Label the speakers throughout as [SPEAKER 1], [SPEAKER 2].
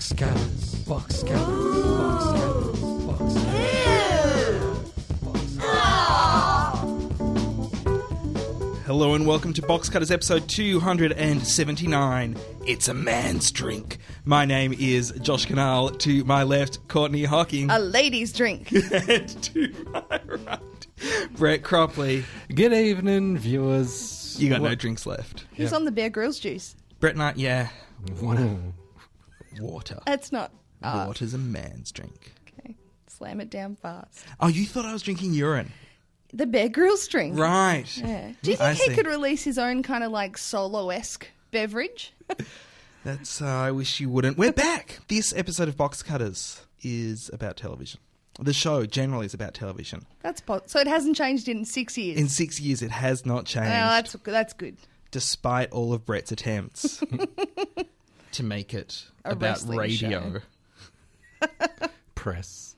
[SPEAKER 1] scanners. Box scanners. Box scanners. Box scanners.
[SPEAKER 2] Hello and welcome to Box Cutters episode 279. It's a man's drink. My name is Josh Canal. To my left, Courtney Hawking.
[SPEAKER 3] A ladies' drink.
[SPEAKER 2] and to my right, Brett Cropley.
[SPEAKER 1] Good evening, viewers.
[SPEAKER 2] You got no drinks left.
[SPEAKER 3] Who's on the Bear Grylls juice?
[SPEAKER 2] Brett Knight, yeah. Water.
[SPEAKER 3] That's not. Ah,
[SPEAKER 2] Water's a man's drink.
[SPEAKER 3] okay. Slam it down fast.
[SPEAKER 2] Oh, you thought I was drinking urine.
[SPEAKER 3] The Bear Grylls drink.
[SPEAKER 2] Right.
[SPEAKER 3] Yeah. Do you
[SPEAKER 2] I
[SPEAKER 3] think he
[SPEAKER 2] see.
[SPEAKER 3] could release his own kind of like solo esque beverage?
[SPEAKER 2] That's, uh, I wish you wouldn't. We're back. This episode of Box Cutters is about television. The show generally is about television.
[SPEAKER 3] That's po- so. It hasn't changed in six years.
[SPEAKER 2] In six years, it has not changed.
[SPEAKER 3] Well, that's that's good.
[SPEAKER 2] despite all of Brett's attempts to make it
[SPEAKER 3] A
[SPEAKER 2] about
[SPEAKER 3] wrestling
[SPEAKER 2] radio.
[SPEAKER 3] show.
[SPEAKER 1] Press.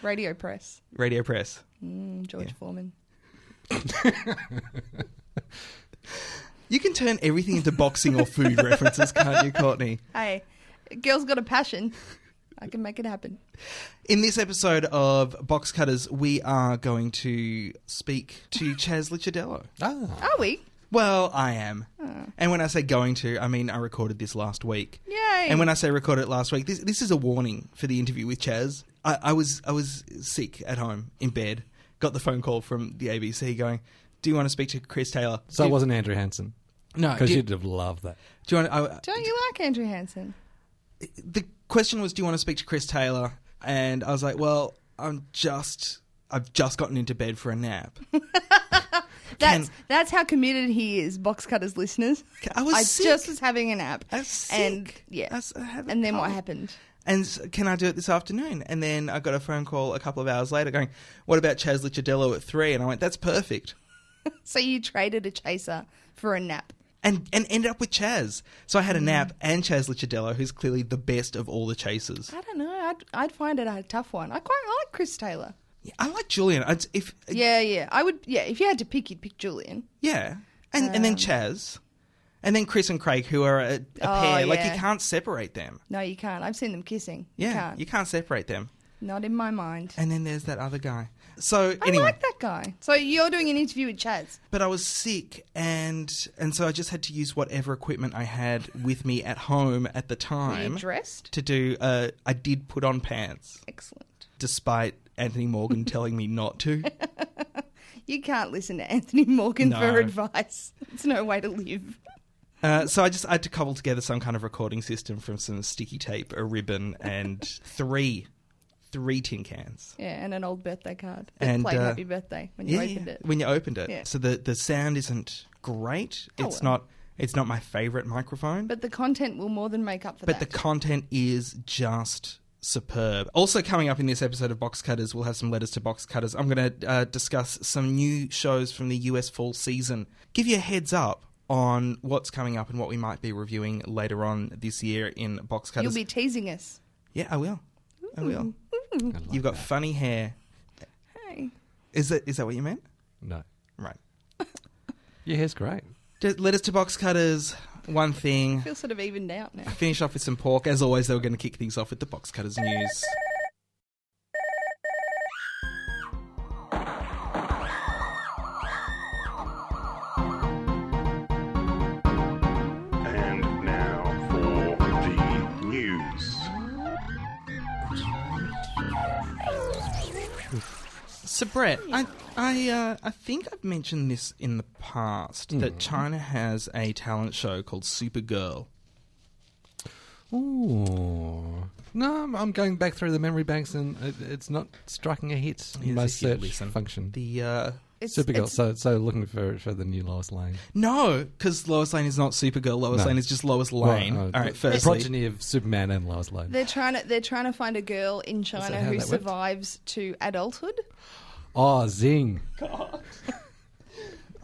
[SPEAKER 3] Radio press.
[SPEAKER 2] Radio press.
[SPEAKER 3] Mm, George Foreman.
[SPEAKER 2] You can turn everything into boxing or food references, can't you, Courtney?
[SPEAKER 3] Hey, a girl's got a passion. I can make it happen.
[SPEAKER 2] In this episode of Box Cutters, we are going to speak to Chaz Lichardello.
[SPEAKER 1] Ah.
[SPEAKER 3] Are we?
[SPEAKER 2] Well, I am. And when I say going to, I mean I recorded this last week.
[SPEAKER 3] Hmm. Yay.
[SPEAKER 2] And when I say recorded it last week, this this is a warning for the interview with Chaz. I, I was I was sick at home in bed. Got the phone call from the ABC going, "Do you want to speak to Chris Taylor?"
[SPEAKER 1] So
[SPEAKER 2] do,
[SPEAKER 1] it wasn't Andrew Hansen.
[SPEAKER 2] no.
[SPEAKER 1] Because
[SPEAKER 2] do,
[SPEAKER 1] you'd have loved that.
[SPEAKER 2] do you want? I,
[SPEAKER 3] Don't you like Andrew Hansen?
[SPEAKER 2] the question was, "Do you want to speak to Chris Taylor?" And I was like, "Well, I'm just I've just gotten into bed for a nap."
[SPEAKER 3] That's that's how committed he is, box cutters listeners.
[SPEAKER 2] I was
[SPEAKER 3] I
[SPEAKER 2] sick.
[SPEAKER 3] just was having a nap,
[SPEAKER 2] I was sick.
[SPEAKER 3] and yeah,
[SPEAKER 2] I was- I had a
[SPEAKER 3] and then what
[SPEAKER 2] cold.
[SPEAKER 3] happened?
[SPEAKER 2] and s- can I do it this afternoon? And then I got a phone call a couple of hours later going, what about Chaz Lichardello at three? And I went, that's perfect.
[SPEAKER 3] So you traded a chaser for a nap.
[SPEAKER 2] And, and ended up with Chaz. So I
[SPEAKER 3] Mm.
[SPEAKER 2] had a nap and Chaz Lichardello, who's clearly the best of all the chasers.
[SPEAKER 3] I don't know. I'd, I'd find it a tough one. I quite like Chris Taylor.
[SPEAKER 2] Yeah, I like Julian. I'd, if yeah,
[SPEAKER 3] Yeah, yeah. I would. Yeah, if you had to pick, you'd pick Julian.
[SPEAKER 2] and and
[SPEAKER 3] Um.
[SPEAKER 2] then Chaz, and then Chris and Craig, who are a, a
[SPEAKER 3] Oh,
[SPEAKER 2] pair. Like you
[SPEAKER 3] yeah.
[SPEAKER 2] can't separate them.
[SPEAKER 3] No, you can't. I've seen them kissing.
[SPEAKER 2] Yeah,
[SPEAKER 3] you can't.
[SPEAKER 2] separate them.
[SPEAKER 3] Not in my mind.
[SPEAKER 2] And then there's that other guy. So
[SPEAKER 3] I
[SPEAKER 2] anyway,
[SPEAKER 3] like that guy. So you're doing an interview with Chaz.
[SPEAKER 2] but I was sick and and so I just had to use whatever equipment I had with me at home at the
[SPEAKER 3] Are you
[SPEAKER 2] time
[SPEAKER 3] dressed?
[SPEAKER 2] to do uh I did put on pants
[SPEAKER 3] Excellent.
[SPEAKER 2] despite Anthony Morgan telling me not to.
[SPEAKER 3] You can't listen to Anthony Morgan
[SPEAKER 2] No.
[SPEAKER 3] for advice. It's no way to live.
[SPEAKER 2] Uh, so I just I had to cobble together some kind of recording system from some sticky tape, a ribbon and three three tin cans.
[SPEAKER 3] Yeah, and an old birthday card. That
[SPEAKER 2] And,
[SPEAKER 3] played
[SPEAKER 2] uh,
[SPEAKER 3] Happy Birthday when you opened it.
[SPEAKER 2] When you opened it.
[SPEAKER 3] Yeah.
[SPEAKER 2] So the the sound isn't great.
[SPEAKER 3] Oh,
[SPEAKER 2] it's
[SPEAKER 3] well.
[SPEAKER 2] not it's not my favorite microphone.
[SPEAKER 3] But the content will more than make up for
[SPEAKER 2] but the
[SPEAKER 3] that.
[SPEAKER 2] content is just superb. Also, coming up in this episode of Box Cutters, we'll have some letters to Box Cutters. I'm going to uh, discuss some new shows from the US fall season. Give you a heads up on what's coming up and what we might be reviewing later on this year in Box
[SPEAKER 3] You'll
[SPEAKER 2] Cutters.
[SPEAKER 3] be teasing us.
[SPEAKER 2] yeah, I will. I will. You've got funny hair.
[SPEAKER 3] Hey.
[SPEAKER 2] Is that is that what you meant?
[SPEAKER 1] No.
[SPEAKER 2] Right.
[SPEAKER 1] Your hair's great.
[SPEAKER 2] Just letters to Box Cutters. One thing.
[SPEAKER 3] Feel sort of evened out now.
[SPEAKER 2] Finish off with some pork. As always, they were going to kick things off with the Box Cutters news.
[SPEAKER 4] And now for the news.
[SPEAKER 2] So Brett, I I uh, I think I've mentioned this in the past
[SPEAKER 1] Hmm.
[SPEAKER 2] that China has a talent show called Supergirl.
[SPEAKER 1] Ooh. No, I'm- I'm going back through the memory banks and it, it's not striking a hit in my
[SPEAKER 2] Yes, if you
[SPEAKER 1] search
[SPEAKER 2] listen.
[SPEAKER 1] function.
[SPEAKER 2] The uh,
[SPEAKER 3] It's,
[SPEAKER 1] Supergirl.
[SPEAKER 3] it's-
[SPEAKER 1] So, so looking for, for the new Lois Lane.
[SPEAKER 2] no, because Lois Lane is not Supergirl. Lois
[SPEAKER 1] No.
[SPEAKER 2] Lane is just Lois Lane.
[SPEAKER 1] Well, uh,
[SPEAKER 2] All right,
[SPEAKER 1] the
[SPEAKER 2] firstly,
[SPEAKER 1] progeny of Superman and Lois Lane.
[SPEAKER 3] they're trying to they're trying to find a girl in China
[SPEAKER 1] how that
[SPEAKER 3] who
[SPEAKER 1] worked?
[SPEAKER 3] survives to adulthood.
[SPEAKER 1] Oh, zing.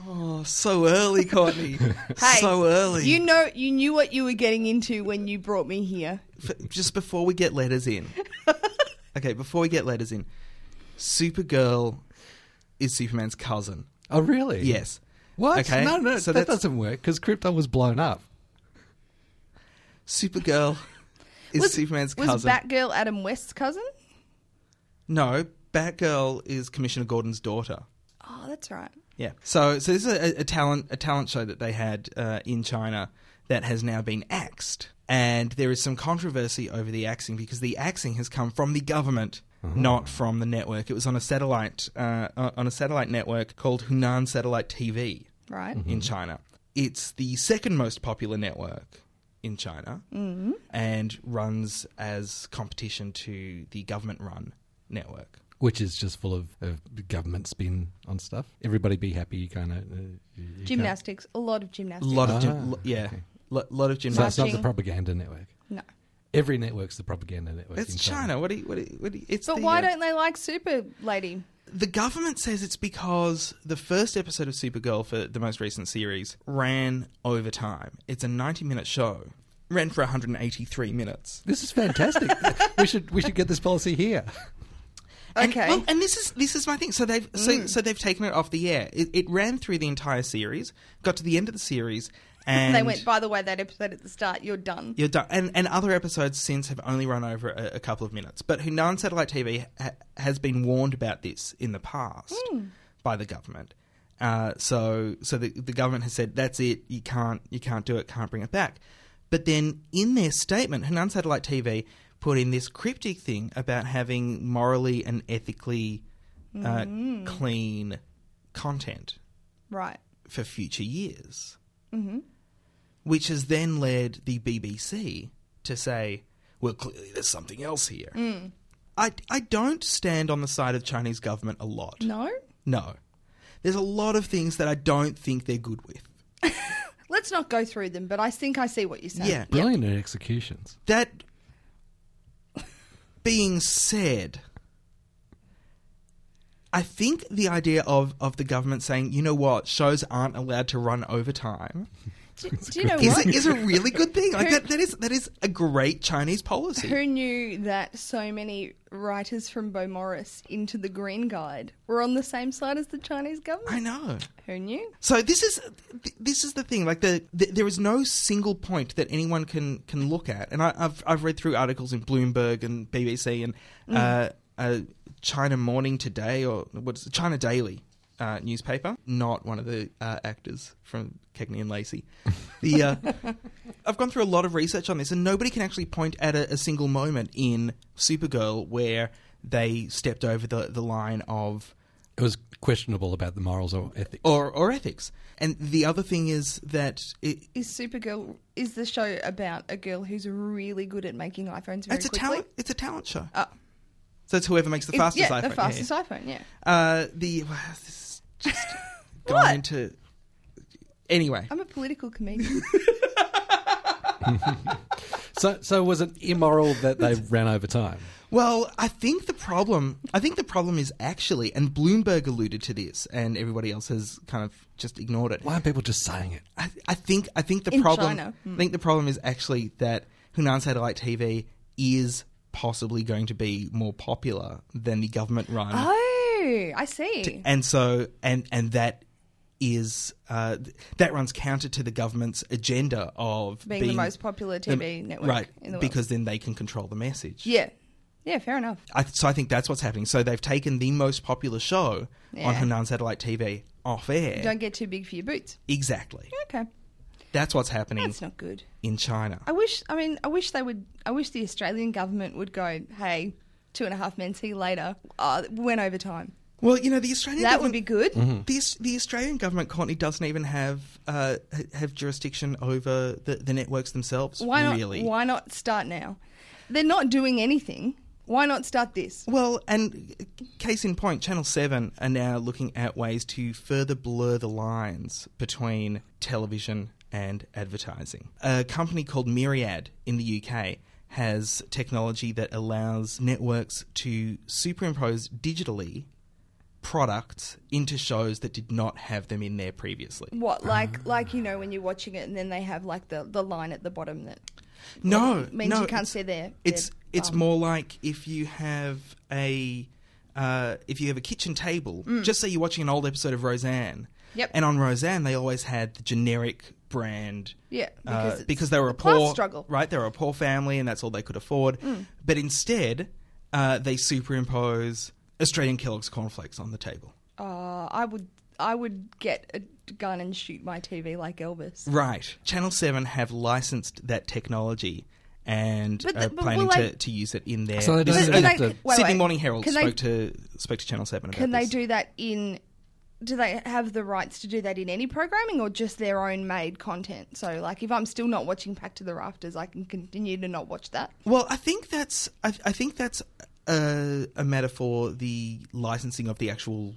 [SPEAKER 2] oh, so early, Courtney.
[SPEAKER 3] Hey,
[SPEAKER 2] so early.
[SPEAKER 3] You know, you knew what you were getting into when you brought me here.
[SPEAKER 2] F- just before we get letters in. okay, before we get letters in, Supergirl is Superman's cousin.
[SPEAKER 1] Oh, really?
[SPEAKER 2] Yes.
[SPEAKER 1] What?
[SPEAKER 2] Okay,
[SPEAKER 1] No, no,
[SPEAKER 2] so
[SPEAKER 1] that
[SPEAKER 2] that's-
[SPEAKER 1] doesn't work because Krypton was blown up.
[SPEAKER 2] Supergirl is Superman's
[SPEAKER 3] was
[SPEAKER 2] cousin.
[SPEAKER 3] Batgirl Adam West's cousin?
[SPEAKER 2] no, Batgirl is Commissioner Gordon's daughter.
[SPEAKER 3] Oh, that's right.
[SPEAKER 2] Yeah. So, so this is a, a talent a talent show that they had uh, in China that has now been axed, and there is some controversy over the axing because the axing has come from the government, not from the network. It was on a satellite uh, uh, on a satellite network called Hunan Satellite TV
[SPEAKER 3] Right.
[SPEAKER 1] Mm-hmm.
[SPEAKER 2] in China. It's the second most popular network in China and runs as competition to the government run network.
[SPEAKER 1] Which is just full of, of government spin on stuff. Everybody be happy, uh, kind of.
[SPEAKER 3] Gymnastics. A lot of
[SPEAKER 2] A
[SPEAKER 3] gymnastics.
[SPEAKER 2] lot of, gym,
[SPEAKER 1] Ah,
[SPEAKER 2] lo- yeah,
[SPEAKER 1] okay.
[SPEAKER 2] lo- lot of
[SPEAKER 1] So it's
[SPEAKER 2] gymnastics.
[SPEAKER 1] not the
[SPEAKER 3] Marching.
[SPEAKER 1] propaganda network.
[SPEAKER 3] No.
[SPEAKER 1] Every network's the propaganda network.
[SPEAKER 2] It's
[SPEAKER 1] in
[SPEAKER 2] China. What do you, what do you, what do you, it's
[SPEAKER 3] But
[SPEAKER 2] the,
[SPEAKER 3] why
[SPEAKER 2] uh,
[SPEAKER 3] don't they like Super Lady?
[SPEAKER 2] the government says it's because the first episode of Supergirl for the most recent series ran over time. It's a 90-minute show. Ran for 183 minutes.
[SPEAKER 1] This is fantastic. we should we should get this policy here.
[SPEAKER 2] And-
[SPEAKER 3] Okay. Mm.
[SPEAKER 2] well, and this is this is my thing. So they've so, so they've taken it off the air. It, it ran through the entire series. Got to the end of the series, and
[SPEAKER 3] they went, by the way, that episode at the start, you're done.
[SPEAKER 2] You're done. And, and other episodes since have only run over a, a couple of minutes. But Hunan Satellite TV ha- has been warned about this in the past by the government. Uh, so so the, the government has said that's it. You can't you can't do it. Can't bring it back. But then in their statement, Hunan Satellite TV put in this cryptic thing about having morally and ethically uh, clean content
[SPEAKER 3] Right.
[SPEAKER 2] for future years. Mm-hmm. Which has then led the BBC to say, well, clearly there's something else here. I, I don't stand on the side of Chinese government a lot.
[SPEAKER 3] No?
[SPEAKER 2] No. There's a lot of things that I don't think they're good with.
[SPEAKER 3] Let's not go through them, but I think I see what you're saying.
[SPEAKER 2] Yeah.
[SPEAKER 1] Brilliant at executions.
[SPEAKER 2] That being said, I think the idea of, of the government saying, you know what, shows aren't allowed to run overtime
[SPEAKER 3] Do, do you know
[SPEAKER 2] is,
[SPEAKER 3] what?
[SPEAKER 2] is a really good thing. Like that, that is that is a great Chinese policy.
[SPEAKER 3] Who knew that so many writers from Bo Morris into the Green Guide were on the same side as the Chinese
[SPEAKER 2] I
[SPEAKER 3] government?
[SPEAKER 2] know.
[SPEAKER 3] Who knew?
[SPEAKER 2] So this is th- this is the thing. Like the, th there is no single point that anyone can can look at. And I, I've I've read through articles in Bloomberg and BBC and uh, uh, China Morning Today or what's China Daily. Uh, newspaper, not one of the uh, actors from Cagney and Lacey. The uh, I've gone through a lot of research on this, and nobody can actually point at a, a single moment in Supergirl where they stepped over the the line of
[SPEAKER 1] It was questionable about the morals or ethics.
[SPEAKER 2] or or ethics. And the other thing is that it,
[SPEAKER 3] Is Supergirl is the show about a girl who's really good at making iPhones very
[SPEAKER 2] it's a
[SPEAKER 3] quickly?
[SPEAKER 2] talent. It's a talent show.
[SPEAKER 3] Oh.
[SPEAKER 2] So it's whoever makes the
[SPEAKER 3] It-
[SPEAKER 2] fastest
[SPEAKER 3] yeah,
[SPEAKER 2] iPhone.
[SPEAKER 3] the
[SPEAKER 2] Yeah,
[SPEAKER 3] fastest
[SPEAKER 2] yeah.
[SPEAKER 3] iPhone, yeah.
[SPEAKER 2] Uh, the wow, this is just
[SPEAKER 3] What? Uh,
[SPEAKER 2] gone into. Anyway,
[SPEAKER 3] I'm a political comedian.
[SPEAKER 1] So so was it immoral that they ran over time?
[SPEAKER 2] well, I think the problem. I think the problem is actually, and Bloomberg alluded to this, and everybody else has kind of just ignored it.
[SPEAKER 1] Why are people just saying it?
[SPEAKER 2] I, I think I think the
[SPEAKER 3] In
[SPEAKER 2] problem
[SPEAKER 3] China. Hmm.
[SPEAKER 2] I think the problem is actually that Hunan Satellite TV is possibly going to be more popular than the government run,
[SPEAKER 3] oh, I see.
[SPEAKER 2] and so and and that is uh, th- that runs counter to the government's agenda of
[SPEAKER 3] Being the most popular TV network
[SPEAKER 2] right?
[SPEAKER 3] in the world.
[SPEAKER 2] Because then they can control the message.
[SPEAKER 3] Yeah. Yeah, fair enough.
[SPEAKER 2] I, so I think that's what's happening. So they've taken the most popular show on
[SPEAKER 3] Yeah.
[SPEAKER 2] Hunan Satellite TV off air.
[SPEAKER 3] Don't get too big for your boots.
[SPEAKER 2] Exactly.
[SPEAKER 3] Okay.
[SPEAKER 2] That's what's happening
[SPEAKER 3] That's not good.
[SPEAKER 2] in China.
[SPEAKER 3] I wish. I mean, I wish they would. I wish the Australian government would go. Hey, two and a half men. See you later. Uh, went over time.
[SPEAKER 2] Well, you know the Australian
[SPEAKER 3] That would
[SPEAKER 2] government,
[SPEAKER 3] be good.
[SPEAKER 2] the, Aus- the Australian government currently doesn't even have uh, ha- have jurisdiction over the, the networks themselves.
[SPEAKER 3] Why not?
[SPEAKER 2] really?
[SPEAKER 3] Why not start now? They're not doing anything. Why not start this?
[SPEAKER 2] Well, and uh, case in point, Channel 7 are now looking at ways to further blur the lines between television and advertising. A company called Myriad in the UK has technology that allows networks to superimpose digitally products into shows that did not have them in there previously.
[SPEAKER 3] What like like you know when you're watching it and then they have like the, the line at the bottom that
[SPEAKER 2] No,
[SPEAKER 3] means
[SPEAKER 2] no,
[SPEAKER 3] you can't
[SPEAKER 2] it's-
[SPEAKER 3] see their
[SPEAKER 2] It's
[SPEAKER 3] their
[SPEAKER 2] it's
[SPEAKER 3] bum.
[SPEAKER 2] more like if you have a uh, if you have a kitchen table. Just say you're watching an old episode of Roseanne,
[SPEAKER 3] Mm. Yep.
[SPEAKER 2] And on Roseanne, they always had the generic brand.
[SPEAKER 3] Yeah, because
[SPEAKER 2] Because,
[SPEAKER 3] it's
[SPEAKER 2] Uh, because they were a
[SPEAKER 3] a class
[SPEAKER 2] poor
[SPEAKER 3] struggle. Mm.
[SPEAKER 2] right? They were a poor family, and that's all they could afford. But instead, uh, they superimpose Australian Kellogg's cornflakes on the table.
[SPEAKER 3] Uh, I would I would get a gun and shoot my TV like Elvis.
[SPEAKER 2] Right. Channel 7 have licensed that technology and
[SPEAKER 3] But
[SPEAKER 2] are
[SPEAKER 3] the- but
[SPEAKER 2] planning
[SPEAKER 3] will
[SPEAKER 2] to,
[SPEAKER 3] they-
[SPEAKER 2] to use it in their.
[SPEAKER 1] So they
[SPEAKER 2] this
[SPEAKER 1] don't
[SPEAKER 2] is-
[SPEAKER 1] even
[SPEAKER 2] uh,
[SPEAKER 1] have to-
[SPEAKER 3] wait,
[SPEAKER 2] Sydney
[SPEAKER 3] wait.
[SPEAKER 2] Morning Herald
[SPEAKER 3] Can they-
[SPEAKER 2] spoke to spoke to Channel 7 about
[SPEAKER 3] Can they
[SPEAKER 2] this.
[SPEAKER 3] do that in? Do they have the rights to do that in any programming or just their own made content? So, like, if I'm still not watching Pack to the Rafters, I can continue to not watch that.
[SPEAKER 2] Well, I think that's I, I think that's a, a matter for the licensing of the actual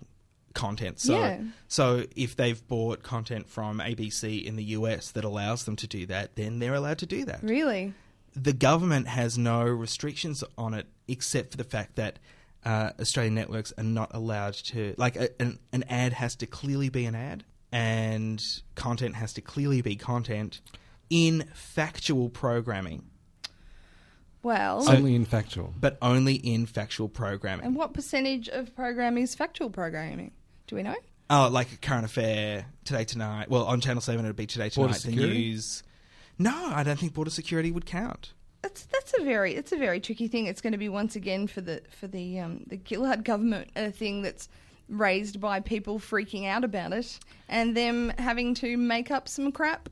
[SPEAKER 2] content. So,
[SPEAKER 3] Yeah.
[SPEAKER 2] so if they've bought content from ABC in the US that allows them to do that, then they're allowed to do that.
[SPEAKER 3] Really?
[SPEAKER 2] The government has no restrictions on it, except for the fact that uh, Australian networks are not allowed to like a, an, an ad has to clearly be an ad, and content has to clearly be content in factual programming.
[SPEAKER 3] Well,
[SPEAKER 1] Only in factual.
[SPEAKER 2] but only in factual programming.
[SPEAKER 3] and what percentage of programming is factual programming? Do we know?
[SPEAKER 2] Oh, like a current affair, today tonight. Well, on Channel Seven, it'd be today
[SPEAKER 1] Border
[SPEAKER 2] tonight. The
[SPEAKER 1] security?
[SPEAKER 2] news. No, I don't think border security would count.
[SPEAKER 3] That's that's a very it's a very tricky thing. It's going to be once again for the for the um, the Gillard government a thing that's raised by people freaking out about it and them having to make up some crap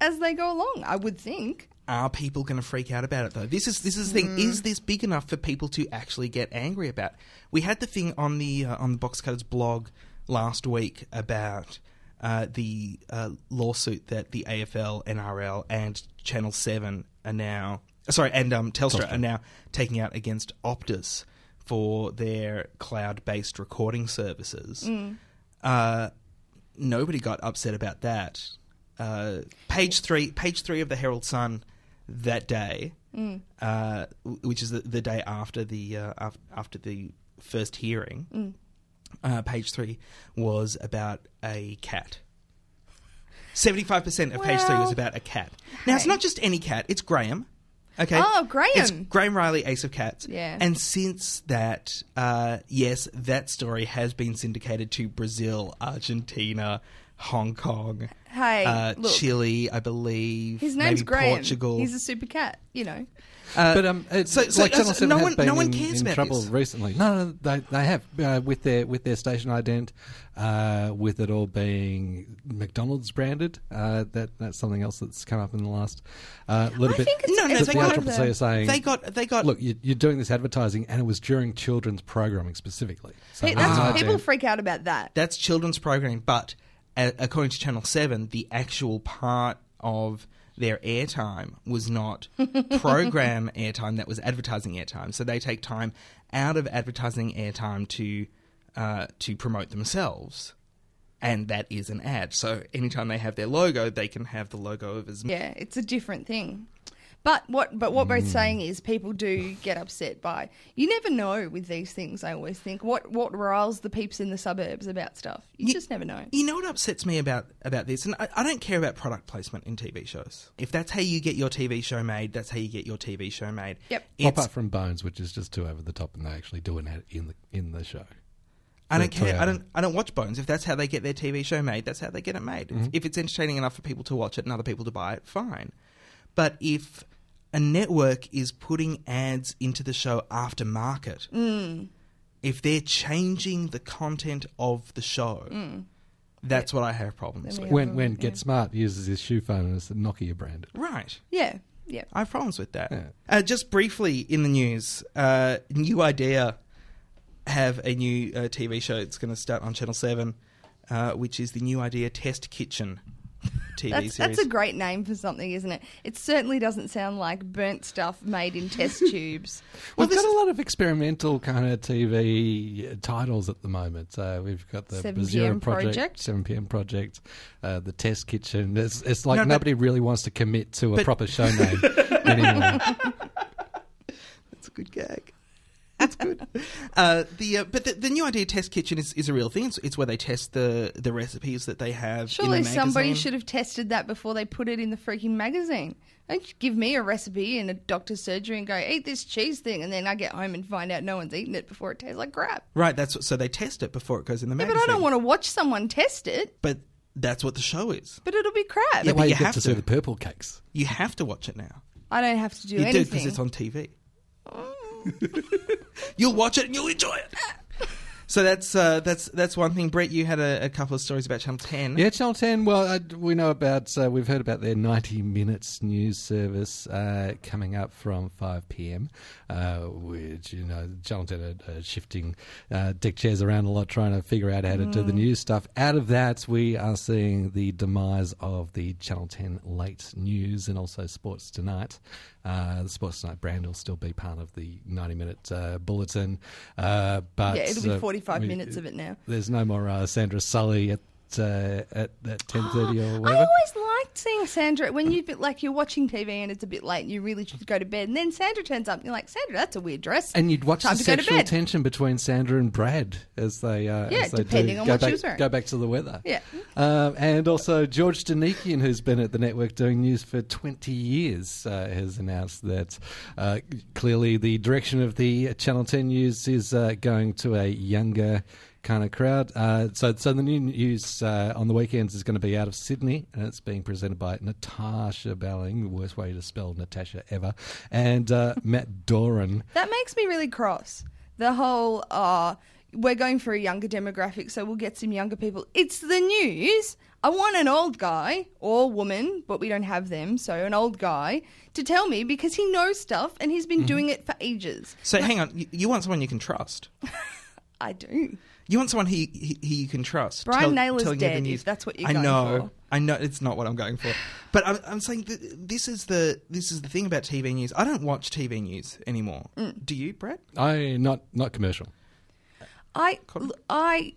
[SPEAKER 3] as they go along. I would think.
[SPEAKER 2] Are people going to freak out about it though? This is this is the thing. Is this big enough for people to actually get angry about? We had the thing on the uh, on the box cutters blog last week about uh, the uh, lawsuit that the AFL, NRL, and Channel Seven are now sorry, and um, Telstra, are now taking out against Optus for their cloud-based recording services. Uh, nobody got upset about that. Uh, page three, page three of the Herald Sun that day,
[SPEAKER 3] Mm.
[SPEAKER 2] uh, w- which is the, the day after the uh, af- after the first hearing.
[SPEAKER 3] Mm.
[SPEAKER 2] Uh, page three was about a cat. Seventy-five percent of page three was
[SPEAKER 3] Well,
[SPEAKER 2] about a cat. Now it's
[SPEAKER 3] hey.
[SPEAKER 2] not just any cat; it's Graham. Okay.
[SPEAKER 3] Oh, Graham.
[SPEAKER 2] It's Graham Riley, Ace of Cats.
[SPEAKER 3] Yeah.
[SPEAKER 2] And since that, uh, yes, that story has been syndicated to Brazil, Argentina, Hong Kong,
[SPEAKER 3] Hey,
[SPEAKER 2] uh,
[SPEAKER 3] look.
[SPEAKER 2] Chile, I believe.
[SPEAKER 3] His name's
[SPEAKER 2] maybe
[SPEAKER 3] Graham.
[SPEAKER 2] Portugal.
[SPEAKER 3] He's a super cat, you know.
[SPEAKER 2] Uh,
[SPEAKER 1] But um, it's,
[SPEAKER 2] so- so-
[SPEAKER 1] like Channel
[SPEAKER 2] so
[SPEAKER 1] Seven
[SPEAKER 2] no
[SPEAKER 1] has
[SPEAKER 2] one-
[SPEAKER 1] been
[SPEAKER 2] no one
[SPEAKER 1] in,
[SPEAKER 2] cares
[SPEAKER 1] in
[SPEAKER 2] about
[SPEAKER 1] trouble
[SPEAKER 2] this.
[SPEAKER 1] recently. No, no, no, they they have uh, with their with their station ident, uh, with it all being McDonald's branded. Uh, that that's something else that's come up in the last uh, little
[SPEAKER 3] I
[SPEAKER 1] bit.
[SPEAKER 3] think it's
[SPEAKER 2] no, no,
[SPEAKER 3] it's
[SPEAKER 1] that
[SPEAKER 2] they
[SPEAKER 1] the
[SPEAKER 3] one
[SPEAKER 2] got,
[SPEAKER 3] of
[SPEAKER 1] IEEE are saying
[SPEAKER 2] they got, they got,
[SPEAKER 1] look, you, you're doing this advertising, and it was during children's programming specifically. So
[SPEAKER 3] Pe-
[SPEAKER 1] this is
[SPEAKER 3] that's-
[SPEAKER 1] an
[SPEAKER 3] people
[SPEAKER 1] ident.
[SPEAKER 3] freak out about that.
[SPEAKER 2] that's children's programming, but uh, according to Channel 7, the actual part of their airtime was not program airtime, that was advertising airtime. So they take time out of advertising airtime to, uh, to promote themselves. And that is an ad. So anytime they have their logo, they can have the logo of as
[SPEAKER 3] Yeah, it's a different thing. But what but what we're saying is people do get upset by you never know with these things, I always think. What what riles the peeps in the suburbs about stuff? You,
[SPEAKER 2] You-
[SPEAKER 3] just never know.
[SPEAKER 2] You know what upsets me about about this, and I, I don't care about product placement in TV shows. If that's how you get your TV show made, that's how you get your TV show made.
[SPEAKER 3] Yep.
[SPEAKER 1] pop
[SPEAKER 2] It's,
[SPEAKER 1] up from Bones, which is just too over the top, and they actually do an ad in the in the show.
[SPEAKER 2] I don't
[SPEAKER 1] Sorry,
[SPEAKER 2] care. I
[SPEAKER 1] Adam.
[SPEAKER 2] don't. I don't watch Bones. If that's how they get their TV show made, that's how they get it made. If- If it's entertaining enough for people to watch it and other people to buy it, fine. But if a network is putting ads into the show after market, if they're changing the content of the show, that's what I have problems
[SPEAKER 3] Then
[SPEAKER 2] with.
[SPEAKER 3] we
[SPEAKER 1] When when Get Smart uses his shoe phone and it's the Nokia branded.
[SPEAKER 2] Right.
[SPEAKER 3] Yeah. Yeah.
[SPEAKER 2] I have problems with that.
[SPEAKER 1] Yeah.
[SPEAKER 2] Uh, just briefly in the news, uh, New Idea have a new uh, TV show. It's going to start on Channel 7, uh, which is the New Idea Test Kitchen TV series.
[SPEAKER 3] That's, that's a great name for something, isn't it? It certainly doesn't sound like burnt stuff made in test tubes.
[SPEAKER 2] Well,
[SPEAKER 1] we've
[SPEAKER 2] this
[SPEAKER 1] got a lot of experimental kind of TV titles at the moment. Uh, we've got the
[SPEAKER 3] 7
[SPEAKER 1] Basura
[SPEAKER 3] PM
[SPEAKER 1] project,
[SPEAKER 3] project.
[SPEAKER 1] 7 PM project, uh, the Test Kitchen. It's, it's like
[SPEAKER 2] No, but-
[SPEAKER 1] nobody really wants to commit to a
[SPEAKER 2] but-
[SPEAKER 1] proper show name anymore.
[SPEAKER 2] That's a good gag. It's good. Uh, the uh, but the, the new idea test kitchen is, is a real thing. It's, it's where they test the the recipes that they have.
[SPEAKER 3] Surely
[SPEAKER 2] in the
[SPEAKER 3] somebody
[SPEAKER 2] magazine.
[SPEAKER 3] should have tested that before they put it in the freaking magazine. Don't you give me a recipe and a doctor's surgery and go, eat this cheese thing. And then I get home and find out no one's eaten it before it tastes like crap.
[SPEAKER 2] Right. That's what, so they test it before it goes in the
[SPEAKER 3] Yeah, but
[SPEAKER 2] magazine.
[SPEAKER 3] I don't want to watch someone test it,
[SPEAKER 2] But that's what the show is.
[SPEAKER 3] but it'll be crap.
[SPEAKER 1] That
[SPEAKER 2] but
[SPEAKER 1] way you,
[SPEAKER 2] you
[SPEAKER 1] get
[SPEAKER 2] have
[SPEAKER 1] to, see
[SPEAKER 2] to.
[SPEAKER 1] the purple cakes.
[SPEAKER 2] You have to watch it now.
[SPEAKER 3] I don't have to do
[SPEAKER 2] You do
[SPEAKER 3] anything. Oh.
[SPEAKER 2] because it's on TV. you'll watch it and you'll enjoy it. So that's uh, that's that's one thing. Brett, you had a, a couple of stories about Channel Ten.
[SPEAKER 1] Yeah, Channel 10. Well, uh, we know about, uh, we've heard about their 90 Minutes news service uh, coming up from 5 p.m., uh, which, you know, Channel 10 are, are shifting uh, deck chairs around a lot, trying to figure out how to
[SPEAKER 3] Mm.
[SPEAKER 1] do the news stuff. Out of that, we are seeing the demise of the Channel 10 late news and also Sports Tonight. Uh, the Sports Tonight brand will still be part of the 90 Minute uh, bulletin. Uh, but
[SPEAKER 3] yeah, it'll be
[SPEAKER 1] uh,
[SPEAKER 3] 45
[SPEAKER 1] we-
[SPEAKER 3] minutes of it now.
[SPEAKER 1] there's no more uh, Sandra Sully at uh, at at ten thirty or
[SPEAKER 3] I
[SPEAKER 1] whatever.
[SPEAKER 3] always liked seeing Sandra when you like you're watching TV and it's a bit late and you really should go to bed and then Sandra turns up and you're like Sandra that's a weird dress
[SPEAKER 1] And you'd watch
[SPEAKER 3] Time to
[SPEAKER 1] the
[SPEAKER 3] go to
[SPEAKER 1] sexual
[SPEAKER 3] bed.
[SPEAKER 1] tension between Sandra and Brad as they uh,
[SPEAKER 3] Yeah,
[SPEAKER 1] as they
[SPEAKER 3] depending
[SPEAKER 1] do,
[SPEAKER 3] on
[SPEAKER 1] go
[SPEAKER 3] what she
[SPEAKER 1] back,
[SPEAKER 3] was wearing.
[SPEAKER 1] Go back to the weather.
[SPEAKER 3] Yeah.
[SPEAKER 1] Um, and also George Danikian, who's been at the network doing news for twenty years, uh, has announced that uh, clearly the direction of the Channel Ten news is uh, going to a younger. Kind of crowd. Uh, so, so the new news uh, on the weekends is going to be out of Sydney, and it's being presented by Natasha Belling, the worst way to spell Natasha ever, and uh, Matt Doran,
[SPEAKER 3] that makes me really cross the whole uh we're going for a younger demographic so we'll get some younger people it's the news I want an old guy or woman but we don't have them so an old guy to tell me because he knows stuff and he's been doing it for ages
[SPEAKER 2] So hang on, you, you want someone you can trust.
[SPEAKER 3] I do
[SPEAKER 2] You want someone who, who, who you can trust.
[SPEAKER 3] Brian Naylor's
[SPEAKER 2] telling you the
[SPEAKER 3] dead, if
[SPEAKER 2] news.
[SPEAKER 3] that's what you're
[SPEAKER 2] I
[SPEAKER 3] going
[SPEAKER 2] know.
[SPEAKER 3] for.
[SPEAKER 2] I know it's not what I'm going for. But I'm, I'm saying th- this is the this is the thing about TV news. I don't watch TV news anymore.
[SPEAKER 3] Mm.
[SPEAKER 2] Do you, Brett?
[SPEAKER 1] I not not commercial.
[SPEAKER 3] I I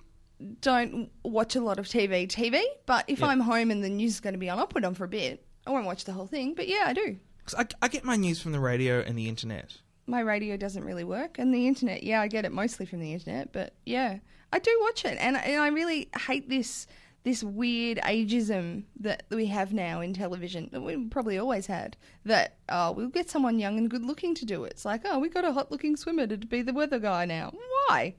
[SPEAKER 3] don't watch a lot of TV TV, but if I'm home and the news is going to be on, I'll put it on for a bit. I won't watch the whole thing, but yeah, I do.
[SPEAKER 2] 'Cause I, I get my news from the radio and the internet.
[SPEAKER 3] My radio doesn't really work, and the internet. Yeah, I get it mostly from the internet, but yeah, I do watch it, and and I really hate this this weird ageism that we have now in television that we probably always had. That uh, we'll get someone young and good looking to do it. It's like, oh, we got a hot looking swimmer to be the weather guy now. Why?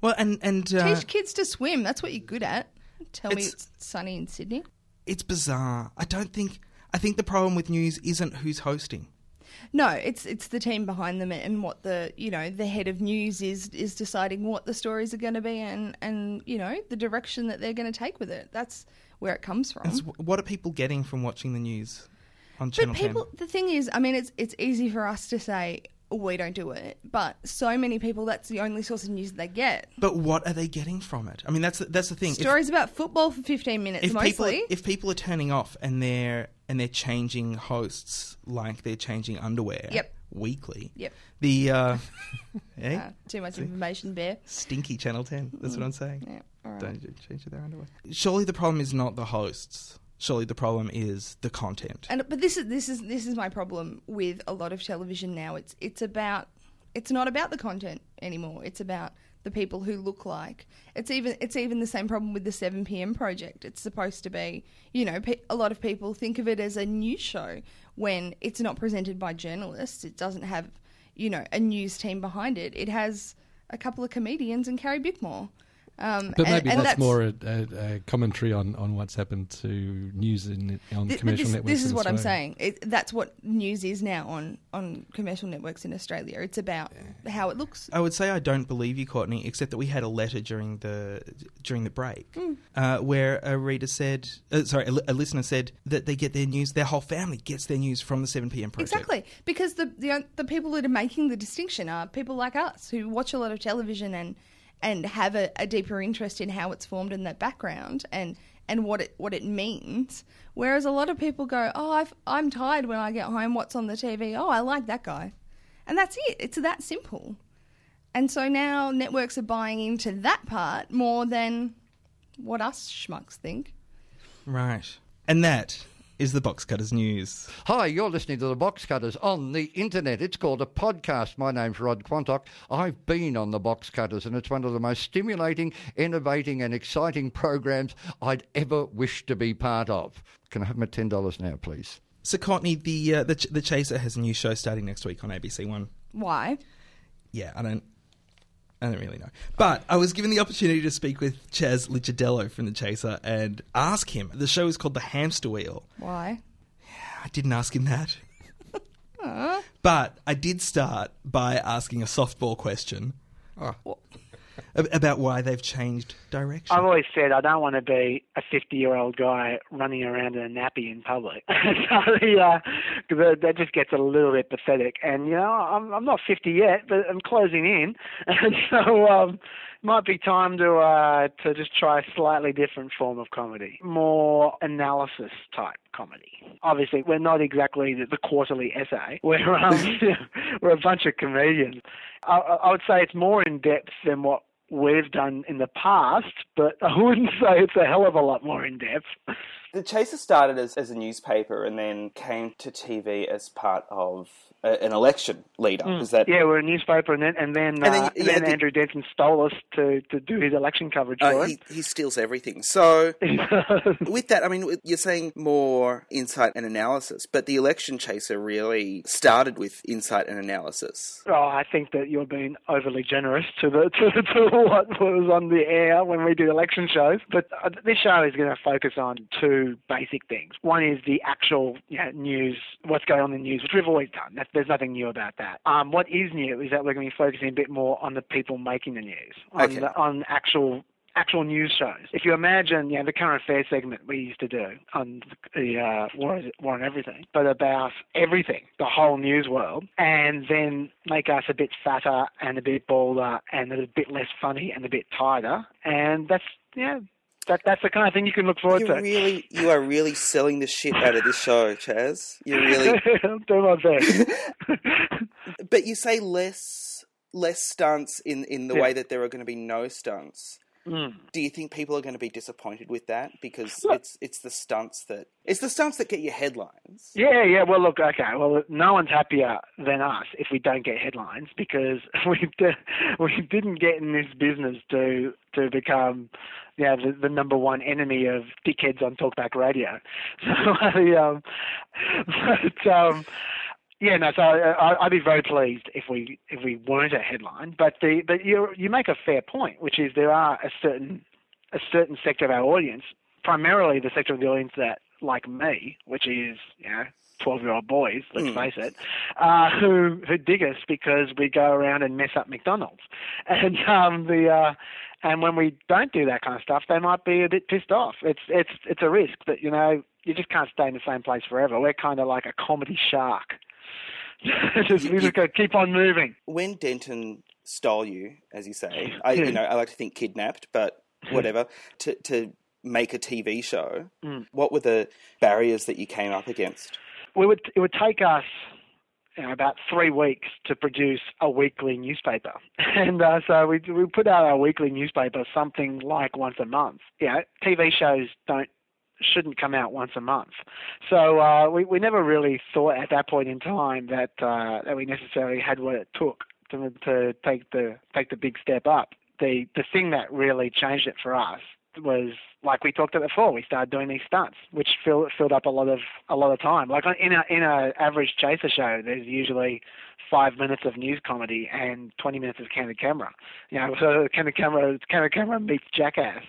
[SPEAKER 2] Well, and and uh,
[SPEAKER 3] Teach kids to swim. That's what you're good at. Tell me
[SPEAKER 2] It's-
[SPEAKER 3] it's sunny in Sydney.
[SPEAKER 2] it's bizarre. I don't think. I think the problem with news isn't who's hosting.
[SPEAKER 3] No, it's it's the team behind them and what the you know the head of news is is deciding what the stories are going to be and and you know the direction that they're going to take with it. That's where it comes from.
[SPEAKER 2] It's, what are people getting from watching the news on Channel
[SPEAKER 3] But people,
[SPEAKER 2] 10?
[SPEAKER 3] the thing is, I mean, it's it's easy for us to say we don't do it, but so many people that's the only source of news that they get.
[SPEAKER 2] But what are they getting from it? I mean, that's the, that's the thing. If-
[SPEAKER 3] Stories about football for fifteen minutes
[SPEAKER 2] if
[SPEAKER 3] mostly.
[SPEAKER 2] people if people are turning off and they're and they're changing hosts like they're changing underwear
[SPEAKER 3] Yep.
[SPEAKER 2] weekly
[SPEAKER 3] Yep.
[SPEAKER 2] the uh, eh?
[SPEAKER 3] Ah, too much information, bear.
[SPEAKER 2] stinky channel 10 that's what i'm saying
[SPEAKER 3] Yeah, all right.
[SPEAKER 2] don't ju- change their underwear surely the problem is not the hosts surely the problem is the content
[SPEAKER 3] And but this is this is this is my problem with a lot of television now. It's it's about it's not about the content anymore. It's about the people who look like. It's even it's even the same problem with the 7 p.m. project. It's supposed to be, you know, pe- a lot of people think of it as a news show when it's not presented by journalists. It doesn't have, you know, a news team behind it. It has a couple of comedians and Carrie Bickmore. Um,
[SPEAKER 1] But
[SPEAKER 3] and-
[SPEAKER 1] maybe
[SPEAKER 3] and
[SPEAKER 1] that's, more a, a, a commentary on, on what's happened to news in, on
[SPEAKER 3] Th- but
[SPEAKER 1] commercial
[SPEAKER 3] this,
[SPEAKER 1] networks.
[SPEAKER 3] This is
[SPEAKER 1] in
[SPEAKER 3] what I'm
[SPEAKER 1] Australia.
[SPEAKER 3] saying. It, that's what news is now on, on commercial networks in Australia. It's about how it looks.
[SPEAKER 2] I would say I don't believe you, Courtney, except that we had a letter during the during the break uh, where a reader said, uh, sorry, a, li- a listener said that they get their news, their whole family gets their news from the seven pm project.
[SPEAKER 3] Exactly, because the, the the people that are making the distinction are people like us who watch a lot of television and and have a, a deeper interest in how it's formed in that background and and what it what it means. Whereas a lot of people go, oh, I've, I'm tired when I get home. What's on the TV? Oh, I like that guy, and that's it. It's that simple. And so now networks are buying into that part more than what us schmucks think.
[SPEAKER 2] Right. And that is the Box Cutters News.
[SPEAKER 5] Hi, you're listening to the Box Cutters on the internet. It's called a podcast. My name's Rod Quantock. I've been on the Box Cutters, and it's one of the most stimulating, innovating, and exciting programs I'd ever wish to be part of. Can I have my ten dollars now, please?
[SPEAKER 2] So, Courtney, the, uh, the, Ch- the Chaser has a new show starting next week on ABC One.
[SPEAKER 3] Why?
[SPEAKER 2] yeah, I don't. I don't really know. But I was given the opportunity to speak with Chaz Lichadello from The Chaser and ask him. The show is called The Hamster Wheel.
[SPEAKER 3] Why?
[SPEAKER 2] I didn't ask him that. but I did start by asking a softball question ab- about why they've changed direction.
[SPEAKER 6] I've always said I don't want to be a 50 year old guy running around in a nappy in public. so the, uh, the, that just gets a little bit pathetic. And, you know, I'm, I'm not 50 yet, but I'm closing in. And so um, might be time to, uh, to just try a slightly different form of comedy, more analysis type comedy. Obviously, we're not exactly the, the quarterly essay. We're, um, we're a bunch of comedians. I, I I would say it's more in depth than what we've done in the past, but I wouldn't say it's a hell of a lot more in depth.
[SPEAKER 7] The Chaser started as, as a newspaper and then came to TV as part of a, an election leader. Is that
[SPEAKER 6] Yeah, we're a newspaper, and then and then,
[SPEAKER 7] And then-
[SPEAKER 6] uh, and
[SPEAKER 7] yeah,
[SPEAKER 6] then
[SPEAKER 7] the-
[SPEAKER 6] Andrew Denton stole us to, to do his election coverage
[SPEAKER 7] Uh,
[SPEAKER 6] for
[SPEAKER 7] he, he steals everything. So
[SPEAKER 6] it.
[SPEAKER 7] with that, I mean, with- you're saying more insight and analysis, but the election chaser really started with insight and analysis.
[SPEAKER 6] oh, I think that you're being overly generous to the to, to what was on the air when we did election shows. But uh, this show is going to focus on two basic things. One is the actual you know, news, what's going on in the news, which we've always done. That, there's nothing new about that. Um, what is new is that we're going to be focusing a bit more on the people making the news, on,
[SPEAKER 7] Okay.
[SPEAKER 6] the, on actual actual news shows. If you imagine, you know, the current affairs segment we used to do on the uh, war, is it, war on everything, but about everything, the whole news world, and then make us a bit fatter and a bit balder and a bit less funny and a bit tighter, and that's yeah, that that's the kind of thing you can look forward
[SPEAKER 7] You
[SPEAKER 6] to.
[SPEAKER 7] really, you are really selling the shit out of this show, Chaz. You really,
[SPEAKER 6] I'll do my best.
[SPEAKER 7] but you say less, less stunts in in the way that there are going to be no stunts.
[SPEAKER 6] Mm.
[SPEAKER 7] Do you think people are going to be disappointed with that because
[SPEAKER 6] Well-
[SPEAKER 7] it's it's the stunts that it's the stunts that get you headlines?
[SPEAKER 6] Yeah, yeah. Well, look, okay. Well, no one's happier than us if we don't get headlines because we d- we didn't get in this business to to become, you know, the, the number one enemy of dickheads on talkback radio. So, I, um, but um, yeah, no. So I, I- I'd be very pleased if we if we weren't a headline. But the but you you make a fair point, which is there are a certain a certain sector of our audience, primarily the sector of the audience that like me, which is you know. 12 year old boys, let's
[SPEAKER 7] Mm.
[SPEAKER 6] face it, uh, who, who dig us because we go around and mess up McDonald's. And, um, the, uh, and when we don't do that kind of stuff, they might be a bit pissed off. It's, it's, it's a risk that, you know, you just can't stay in the same place forever. We're kind of like a comedy shark. just, we just got to keep on moving.
[SPEAKER 7] when Denton stole you, as you say, I you know I like to think kidnapped, but whatever. to to make a TV show,
[SPEAKER 6] Mm.
[SPEAKER 7] what were the barriers that you came up against?
[SPEAKER 6] we would it would take us you know, about three weeks to produce a weekly newspaper, and uh, so we we put out our weekly newspaper something like once a month. You know, TV shows don't shouldn't come out once a month, so uh, we we never really thought at that point in time that uh, that we necessarily had what it took to to take the take the big step up. The the thing that really changed it for us was like we talked about before. We started doing these stunts, which filled filled up a lot of a lot of time. Like on- in a in a average chaser show, there's usually five minutes of news comedy and twenty minutes of candid camera. You know, so candid camera candid camera meets jackass.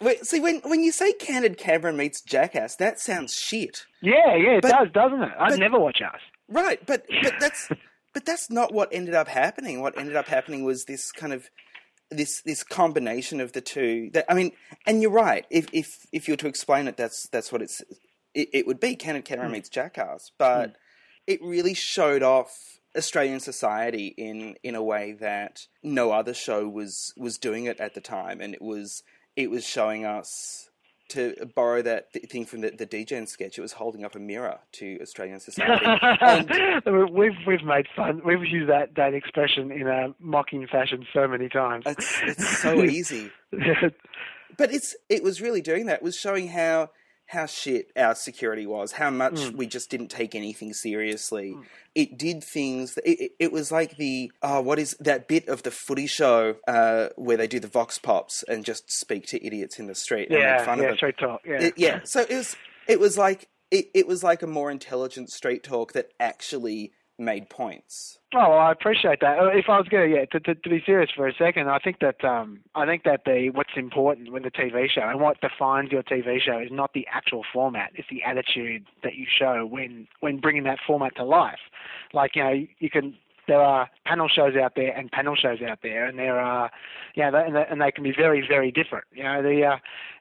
[SPEAKER 7] Wait, see when when you say candid Cameron meets Jackass, that sounds shit.
[SPEAKER 6] Yeah, yeah, it
[SPEAKER 7] But-
[SPEAKER 6] does, doesn't it? I
[SPEAKER 7] but-
[SPEAKER 6] would never watch us.
[SPEAKER 7] Right, but but that's but that's not what ended up happening. What ended up happening was this kind of this this combination of the two. That I mean, and you're right. If if if you were to explain it, that's that's what it's it, it would be. Candid Camera meets Jackass, but it really showed off Australian society in in a way that no other show was was doing it at the time, and it was it was showing us. To borrow that th- thing from the, the DJN sketch, it was holding up a mirror to Australian society. and
[SPEAKER 6] we've we've made fun. We've used that that expression in a mocking fashion so many times.
[SPEAKER 7] It's, it's so easy. But it's it was really doing that. It was showing how how shit our security was, how much
[SPEAKER 6] Mm.
[SPEAKER 7] we just didn't take anything seriously. It did things. That, it, it, it was like the oh, what is that bit of the footy show uh, where they do the vox pops and just speak to idiots in the street and make
[SPEAKER 6] Yeah,
[SPEAKER 7] fun of
[SPEAKER 6] yeah,
[SPEAKER 7] them.
[SPEAKER 6] straight talk. Yeah,
[SPEAKER 7] It- yeah. So it was. It was like it, it was like a more intelligent straight talk that actually made points.
[SPEAKER 6] Oh, well, I appreciate that. Uh, If I was going to, yeah, to, to, to be serious for a second, I think that um, I think that the what's important with the TV show and what defines your TV show is not the actual format; it's the attitude that you show when when bringing that format to life. Like you know, you, you can there are panel shows out there and panel shows out there, and there are yeah, they, and, they, and they can be very very different. You know, the uh,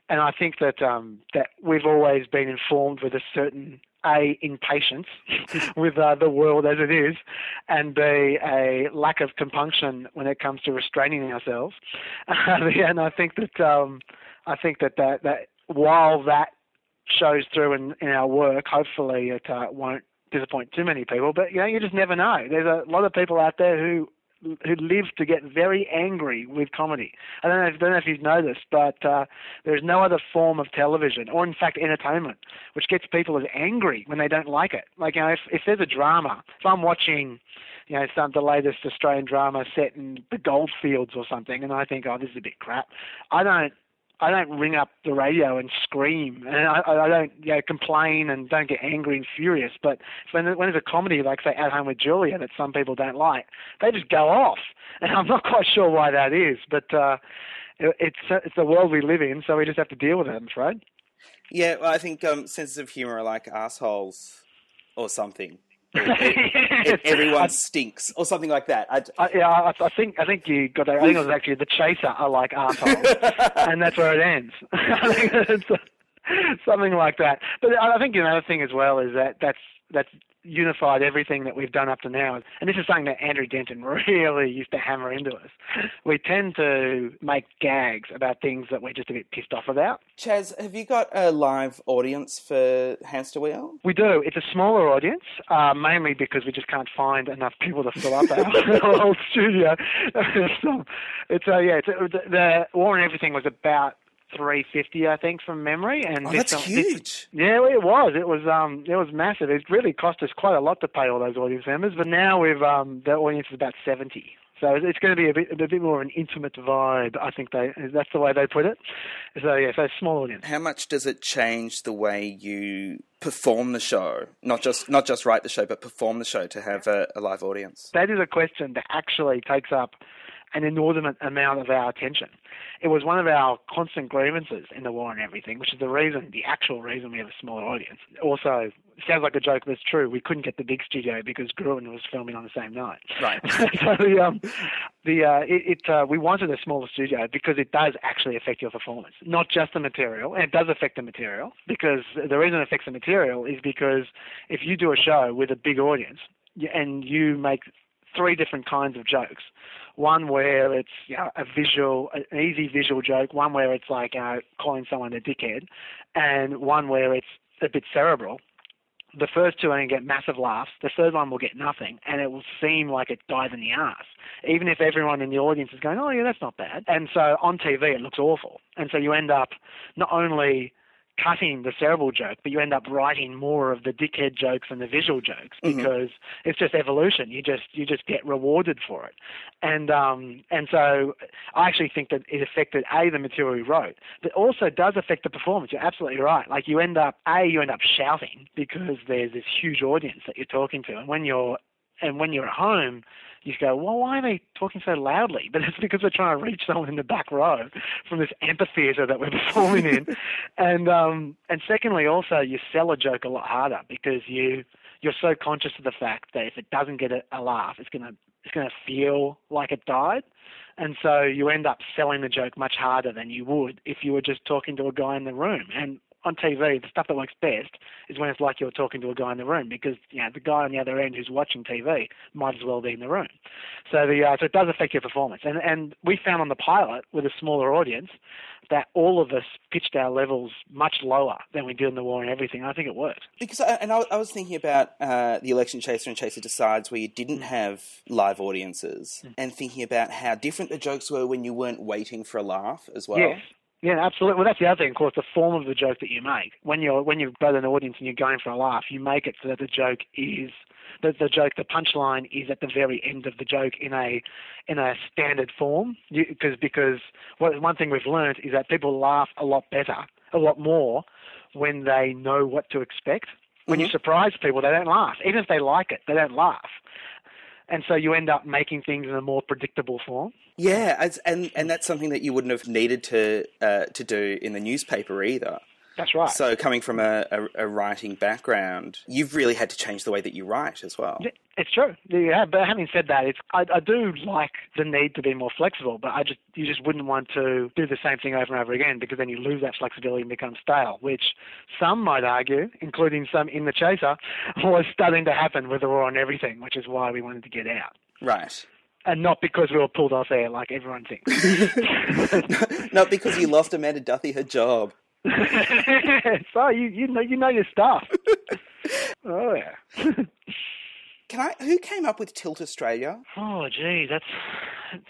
[SPEAKER 6] and I think that um, that we've always been informed with a certain a impatience with uh, the world as it is, and b a lack of compunction when it comes to restraining ourselves. and I think that um, I think that, that that while that shows through in, in our work, hopefully it uh, won't disappoint too many people. But you know, you just never know. There's a lot of people out there who who live to get very angry with comedy. I don't know if, don't know if you've noticed, but uh, there's no other form of television, or in fact entertainment, which gets people as angry when they don't like it. Like you know, if, if there's a drama, if I'm watching, you know, some the latest Australian drama set in the goldfields or something, and I think, oh, this is a bit crap. I don't. I don't ring up the radio and scream, and I, I don't you know, complain and don't get angry and furious. But when, when there's a comedy like say At Home with Julia that some people don't like, they just go off, and I'm not quite sure why that is. But uh, it, it's it's the world we live in, so we just have to deal with it. I'm afraid.
[SPEAKER 7] Yeah, well, I think um, senses of humor are like assholes or something. E-,
[SPEAKER 6] Yes.
[SPEAKER 7] Everyone stinks or something like that. I,
[SPEAKER 6] I, yeah, I, I think I think you got that. I think it was actually the chaser. I like arseholes. and that's where it ends. I think it's something like that. But I I think another thing as well is that that's that's unified everything that we've done up to now. And this is something that Andrew Denton really used to hammer into us. We tend to make gags about things that we're just a bit pissed off about.
[SPEAKER 7] Chaz, have you got a live audience for Hamster Wheel?
[SPEAKER 6] We do. It's a smaller audience, uh, mainly because we just can't find enough people to fill up our old studio. so it's uh, yeah, it's, uh, the, the War and Everything was about three fifty, I think, from memory. And
[SPEAKER 7] Oh,
[SPEAKER 6] this-
[SPEAKER 7] that's
[SPEAKER 6] this-
[SPEAKER 7] huge.
[SPEAKER 6] yeah, well, it was. It was um, it was massive. It really cost us quite a lot to pay all those audience members, but now we've um, the audience is about seventy. So it's- it's going to be a bit, a bit more of an intimate vibe. I think they, that's the way they put it. So yeah, so small audience.
[SPEAKER 7] How much does it change the way you perform the show? Not just not just write the show, but perform the show to have a, a live audience.
[SPEAKER 6] that is a question that actually takes up an inordinate amount of our attention. It was one of our constant grievances in the war and everything, which is the reason, the actual reason we have a smaller audience. Also, sounds like a joke, but it's true. We couldn't get the big studio because Gruen was filming on the same night.
[SPEAKER 7] Right.
[SPEAKER 6] so the um, the uh, it, it uh, we wanted a smaller studio because it does actually affect your performance, not just the material. And it does affect the material because the reason it affects the material is because if you do a show with a big audience y- and you make three different kinds of jokes. One where it's you know, a visual, an easy visual joke. One where it's like you know, calling someone a dickhead, and one where it's a bit cerebral. The first two are going to get massive laughs. The third one will get nothing, and it will seem like it died in the arse, even if everyone in the audience is going, "Oh yeah, that's not bad." And so on TV, it looks awful, and so you end up not only cutting the cerebral joke, but you end up writing more of the dickhead jokes and the visual jokes because it's just evolution. You just you just get rewarded for it, and um, and so I actually think that it affected a the material we wrote, but also does affect the performance. You're absolutely right. Like you end up a you end up shouting because there's this huge audience that you're talking to, and when you're and when you're at home, you go, well, why are they talking so loudly? But it's because we're trying to reach someone in the back row from this amphitheater that we're performing in. And um, and secondly, also you sell a joke a lot harder because you you're so conscious of the fact that if it doesn't get a, a laugh, it's gonna it's gonna feel like it died. And so you end up selling the joke much harder than you would if you were just talking to a guy in the room. And on TV, the stuff that works best is when it's like you're talking to a guy in the room because you know the guy on the other end who's watching TV might as well be in the room. So the uh, so it does affect your performance. And and we found on the pilot with a smaller audience that all of us pitched our levels much lower than we did in the war and everything. I think it worked.
[SPEAKER 7] Because I, and I, I was thinking about uh, the election chaser and chaser decides where you didn't
[SPEAKER 6] Mm.
[SPEAKER 7] have live audiences, and thinking about how different the jokes were when you weren't waiting for a laugh as well.
[SPEAKER 6] Yes. Yeah, absolutely. Well, that's the other thing, of course, the form of the joke that you make. When you're when you've got an audience and you're going for a laugh, you make it so that the joke is that the joke, the punchline is at the very end of the joke in a in a standard form. Because because what, one thing we've learned is that people laugh a lot better, a lot more, when they know what to expect. When
[SPEAKER 7] Mm-hmm.
[SPEAKER 6] you surprise people, they don't laugh. Even if they like it, they don't laugh. And so you end up making things in a more predictable form.
[SPEAKER 7] Yeah, as, and and that's something that you wouldn't have needed to uh, to do in the newspaper either.
[SPEAKER 6] That's right.
[SPEAKER 7] So coming from a, a, a writing background, you've really had to change the way that you write as well.
[SPEAKER 6] Yeah, It's true. Yeah, but having said that, it's I, I do like the need to be more flexible, but I just you just wouldn't want to do the same thing over and over again because then you lose that flexibility and become stale, which some might argue, including some in the chaser, was starting to happen with the war on everything, which is why we wanted to get out.
[SPEAKER 7] Right.
[SPEAKER 6] And not because we were pulled off air like everyone thinks.
[SPEAKER 7] Not because you lost Amanda Duthie her job.
[SPEAKER 6] so you, you know you know your stuff. oh yeah.
[SPEAKER 7] Can I? Who came up with Tilt Australia?
[SPEAKER 6] Oh, gee, that's, that's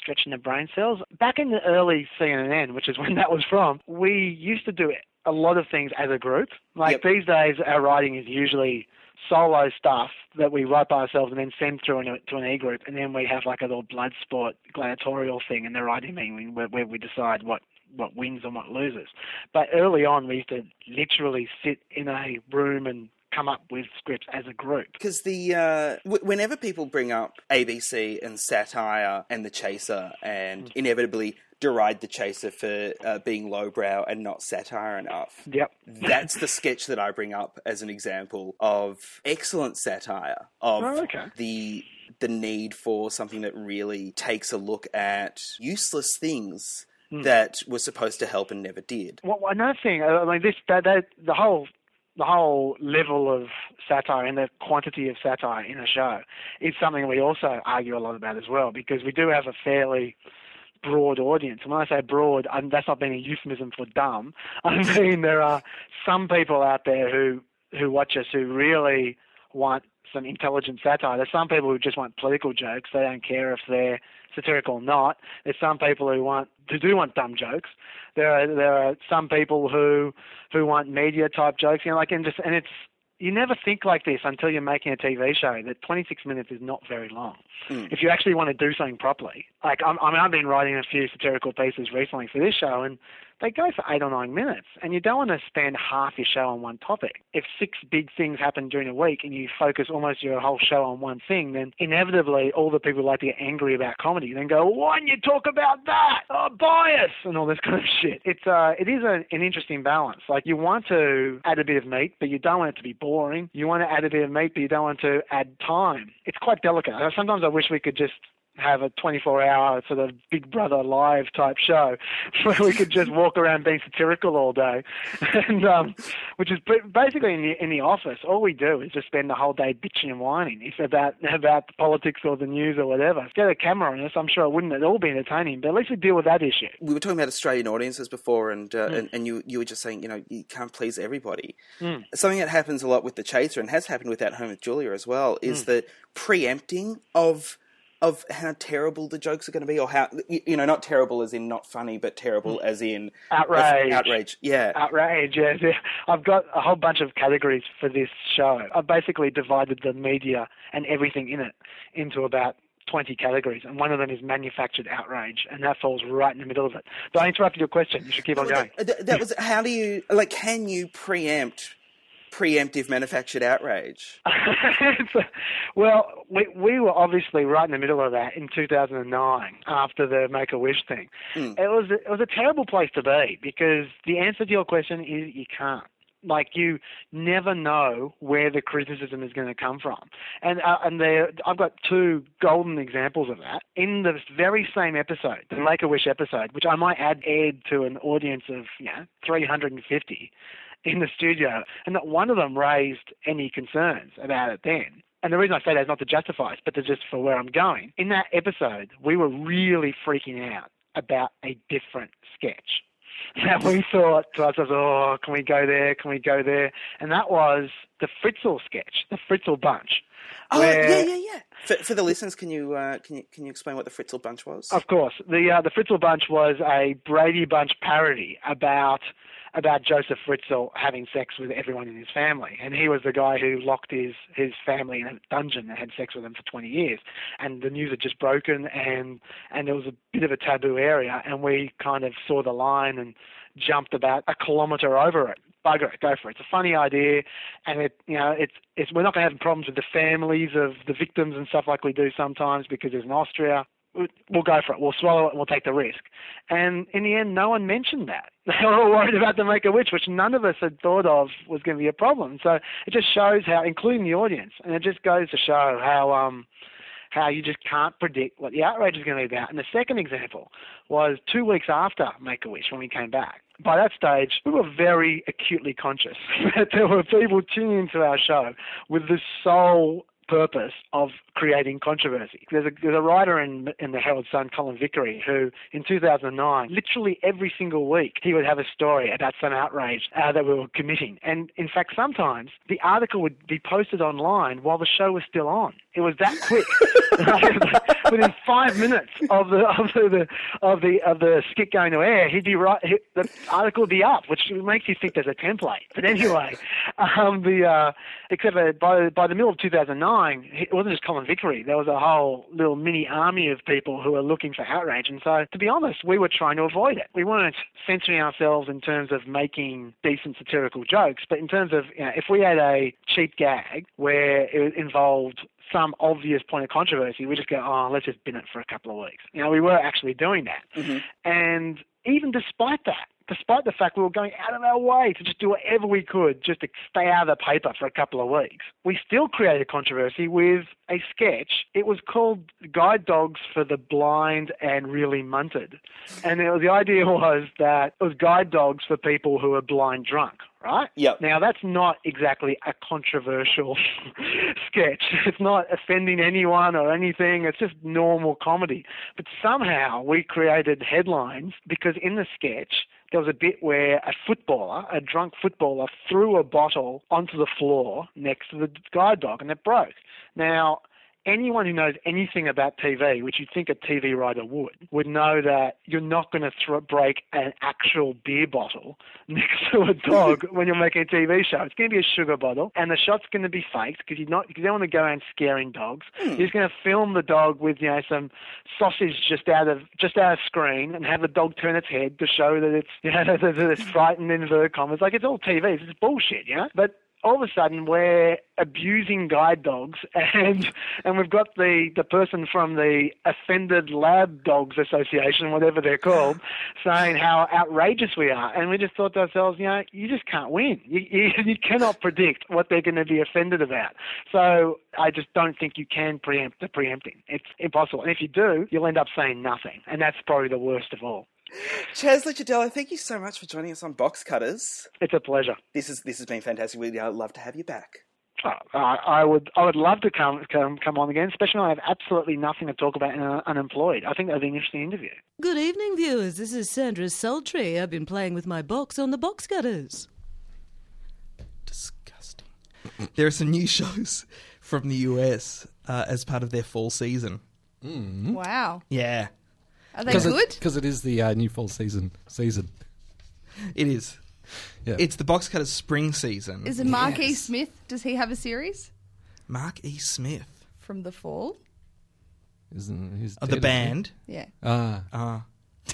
[SPEAKER 6] stretching the brain cells. Back in the early CNN, which is when that was from, we used to do a lot of things as a group. Like
[SPEAKER 7] Yep.
[SPEAKER 6] these days, our writing is usually solo stuff that we write by ourselves and then send through an, to an e-group, and then we have like a little blood sport gladiatorial thing in the writing meeting where, where we decide what what wins and what loses. But early on, we used to literally sit in a room and come up with scripts as a group.
[SPEAKER 7] Because the uh, w- whenever people bring up ABC and satire and the Chaser,
[SPEAKER 6] Mm.
[SPEAKER 7] and inevitably deride the Chaser for uh, being lowbrow and not satire enough,
[SPEAKER 6] Yep.
[SPEAKER 7] that's the sketch that I bring up as an example of excellent satire of
[SPEAKER 6] Oh, okay.
[SPEAKER 7] the the need for something that really takes a look at useless things
[SPEAKER 6] Mm.
[SPEAKER 7] that were supposed to help and never did.
[SPEAKER 6] Well, another thing, I mean, this that, that the whole the whole level of satire and the quantity of satire in a show is something we also argue a lot about as well because we do have a fairly broad audience. And when I say broad, i that's not being a euphemism for dumb. I mean there are some people out there who who watch us who really want some intelligent satire. There's some people who just want political jokes. They don't care if they're satirical or not. There's some people who want who do want dumb jokes. There are there are some people who who want media type jokes. You know, like and just and it's you never think like this until you're making a TV show that 26 minutes is not very long. If you actually want to do something properly, like I'm, I mean, I've been writing a few satirical pieces recently for this show, and they go for eight or nine minutes, and you don't want to spend half your show on one topic. If six big things happen during a week and you focus almost your whole show on one thing, then inevitably all the people who like to get angry about comedy then go, why didn't you talk about that? Oh, bias and all this kind of shit. It's uh, it is a, an interesting balance. Like you want to add a bit of meat, but you don't want it to be boring. You want to add a bit of meat, but you don't want to add time. It's quite delicate. Uh, Sometimes I wish we could just have a 24 hour sort of Big Brother live type show where we could just walk around being satirical all day. And, um, which is ba- basically in the, in the office, all we do is just spend the whole day bitching and whining. It's about, about the politics or the news or whatever. If you had a camera on us, I'm sure it wouldn't at all be entertaining, but at least we deal with that issue.
[SPEAKER 7] we were talking about Australian audiences before, and uh, and, and you you were just saying you know you can't please everybody. Something that happens a lot with the Chaser and has happened with At Home with Julia as well is the preempting of of how terrible the jokes are going to be, or how you you know not terrible as in not funny, but terrible as in
[SPEAKER 6] Outrage.
[SPEAKER 7] outrage, yeah.
[SPEAKER 6] Outrage, yes. yeah. I've got a whole bunch of categories for this show. I've basically divided the media and everything in it into about 20 categories, and one of them is manufactured outrage, and that falls right in the middle of it. But I interrupted your question. You should keep on going.
[SPEAKER 7] Th- that was how do you like? Can you preempt preemptive manufactured outrage?
[SPEAKER 6] So, well, we, we were obviously right in the middle of that in 2009 after the Make a Wish thing. It was a, it was a terrible place to be because the answer to your question is you can't. Like you never know where the criticism is going to come from, and uh, and there I've got two golden examples of that in the very same episode, the Make a Wish episode, which I might add aired to an audience of you know 350 in the studio, and not one of them raised any concerns about it then. And the reason I say that is not to justify it, but to just for where I'm going. In that episode, we were really freaking out about a different sketch. That we thought to ourselves, oh, can we go there? Can we go there? And that was the Fritzl sketch, the Fritzl bunch.
[SPEAKER 7] Oh
[SPEAKER 6] where-
[SPEAKER 7] yeah, yeah, yeah. For, for the listeners, can you uh, can you can you explain what the Fritzel Bunch was?
[SPEAKER 6] Of course, the uh, the Fritzel Bunch was a Brady Bunch parody about about Joseph Fritzel having sex with everyone in his family, and he was the guy who locked his his family in a dungeon and had sex with them for 20 years. And the news had just broken, and and there was a bit of a taboo area, and we kind of saw the line and jumped about a kilometre over it. Bugger it, go for it. It's a funny idea, and it you know it's it's we're not going to have problems with the families of the victims and stuff like we do sometimes because there's an Austria we'll go for it. We'll swallow it and we'll take the risk. And in the end, no one mentioned that. They were all worried about the make a witch, which none of us had thought of was going to be a problem. So it just shows how, including the audience, and it just goes to show how um, how you just can't predict what the outrage is going to be about. And the second example was two weeks after Make a Wish when we came back. By that stage, we were very acutely conscious that there were people tuning into our show with the sole purpose of creating controversy. There's a, there's a writer in, in the Herald Sun, Colin Vickery, who in 2009, literally every single week, he would have a story about some outrage uh, that we were committing. And in fact, sometimes the article would be posted online while the show was still on. It was that quick. Within five minutes of the of the of the of the skit going to air, he'd be right. He, the article would be up, which makes you think there's a template. But anyway, um, the uh, except that by by the middle of 2009, it wasn't just Colin Vickery. There was a whole little mini army of people who were looking for outrage. And so, to be honest, we were trying to avoid it. We weren't censoring ourselves in terms of making decent satirical jokes, but in terms of you know, if we had a cheap gag where it involved some obvious point of controversy, we just go, oh, let's just bin it for a couple of weeks. You know, we were actually doing that. And even despite that, despite the fact we were going out of our way to just do whatever we could just to stay out of the paper for a couple of weeks, we still created controversy with a sketch. It was called Guide Dogs for the Blind and Really Munted. And it was, the idea was that it was guide dogs for people who are blind drunk, right?
[SPEAKER 7] Yep.
[SPEAKER 6] Now that's not exactly a controversial sketch. It's not offending anyone or anything. It's just normal comedy. But somehow we created headlines because in the sketch there was a bit where a footballer, a drunk footballer, threw a bottle onto the floor next to the guide dog and it broke. Now anyone who knows anything about TV, which you'd think a TV writer would, would know that you're not going to thro break an actual beer bottle next to a dog when you're making a TV show. It's going to be a sugar bottle, and the shot's going to be faked because you not you don't want to go around scaring dogs. You're just going to film the dog with you know some sausage just out of just out of screen and have the dog turn its head to show that it's you know that it's frightened in inverted commas. Like it's all TV. It's just bullshit, you know. But all of a sudden we're abusing guide dogs and and we've got the the person from the offended lab dogs association whatever they're called saying how outrageous we are and we just thought to ourselves you know you just can't win you you, you cannot predict what they're going to be offended about so i just don't think you can preempt the preempting it's impossible and if you do you'll end up saying nothing and that's probably the worst of all
[SPEAKER 7] Chesley Chadello, thank you so much for joining us on Box Cutters.
[SPEAKER 6] it's a pleasure
[SPEAKER 7] This is this has been fantastic. We'd uh, love to have you back.
[SPEAKER 6] Oh, I I would, I would love to come, come, come on again, especially when I have absolutely nothing to talk about and I'm unemployed. I think that'd be an interesting interview.
[SPEAKER 8] Good evening, viewers. This is Sandra Sultry. I've been playing with my box on the box cutters.
[SPEAKER 2] disgusting. there are some new shows from the US uh, as part of their fall season.
[SPEAKER 3] Wow.
[SPEAKER 2] Yeah,
[SPEAKER 3] Are they
[SPEAKER 1] 'Cause it-
[SPEAKER 3] good?
[SPEAKER 1] 'cause it is the uh, new fall season. Season.
[SPEAKER 2] it is.
[SPEAKER 1] Yeah.
[SPEAKER 2] It's the Box Cutters spring season.
[SPEAKER 3] Is it Mark E. Smith? Does he have a series
[SPEAKER 2] Mark E. Smith
[SPEAKER 3] from The Fall?
[SPEAKER 1] Isn't he's
[SPEAKER 2] of
[SPEAKER 1] dead,
[SPEAKER 2] the
[SPEAKER 1] isn't
[SPEAKER 2] band?
[SPEAKER 3] Yeah.
[SPEAKER 1] he? Ah,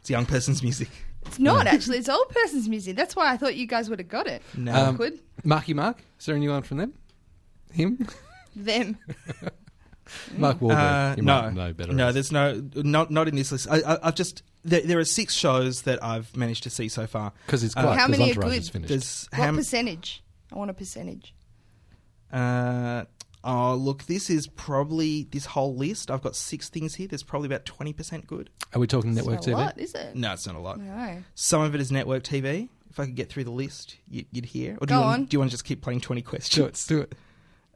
[SPEAKER 2] It's young person's music.
[SPEAKER 3] It's not actually. It's old person's music. That's why I thought you guys would have got it.
[SPEAKER 2] No,
[SPEAKER 1] Um,
[SPEAKER 3] Good.
[SPEAKER 1] Marky Mark. Is there anyone from them? Him?
[SPEAKER 3] Them.
[SPEAKER 1] Mark Wahlberg.
[SPEAKER 2] Uh,
[SPEAKER 1] You
[SPEAKER 2] no,
[SPEAKER 1] might know better.
[SPEAKER 2] No, there's no, not not in this list. I, I, I've just there, there are six shows that I've managed to see so far.
[SPEAKER 1] because it's quite.
[SPEAKER 3] How
[SPEAKER 1] 'cause
[SPEAKER 3] many are
[SPEAKER 1] Entourage
[SPEAKER 3] good?
[SPEAKER 1] is finished.
[SPEAKER 2] Uh, There's
[SPEAKER 3] What
[SPEAKER 2] Ham-
[SPEAKER 3] percentage? I want a percentage.
[SPEAKER 2] Uh, oh, look, this is probably this whole list. I've got six things here. There's probably about twenty percent good.
[SPEAKER 1] Are we talking network
[SPEAKER 3] It's not a
[SPEAKER 1] TV?
[SPEAKER 3] lot, is it?
[SPEAKER 2] No, it's not a lot.
[SPEAKER 3] No.
[SPEAKER 2] Some of it is network TV. If I could get through the list, you, you'd hear. Or do
[SPEAKER 3] Go
[SPEAKER 2] you want,
[SPEAKER 3] on.
[SPEAKER 2] Do you want to just keep playing twenty questions?
[SPEAKER 1] Do it. Do it.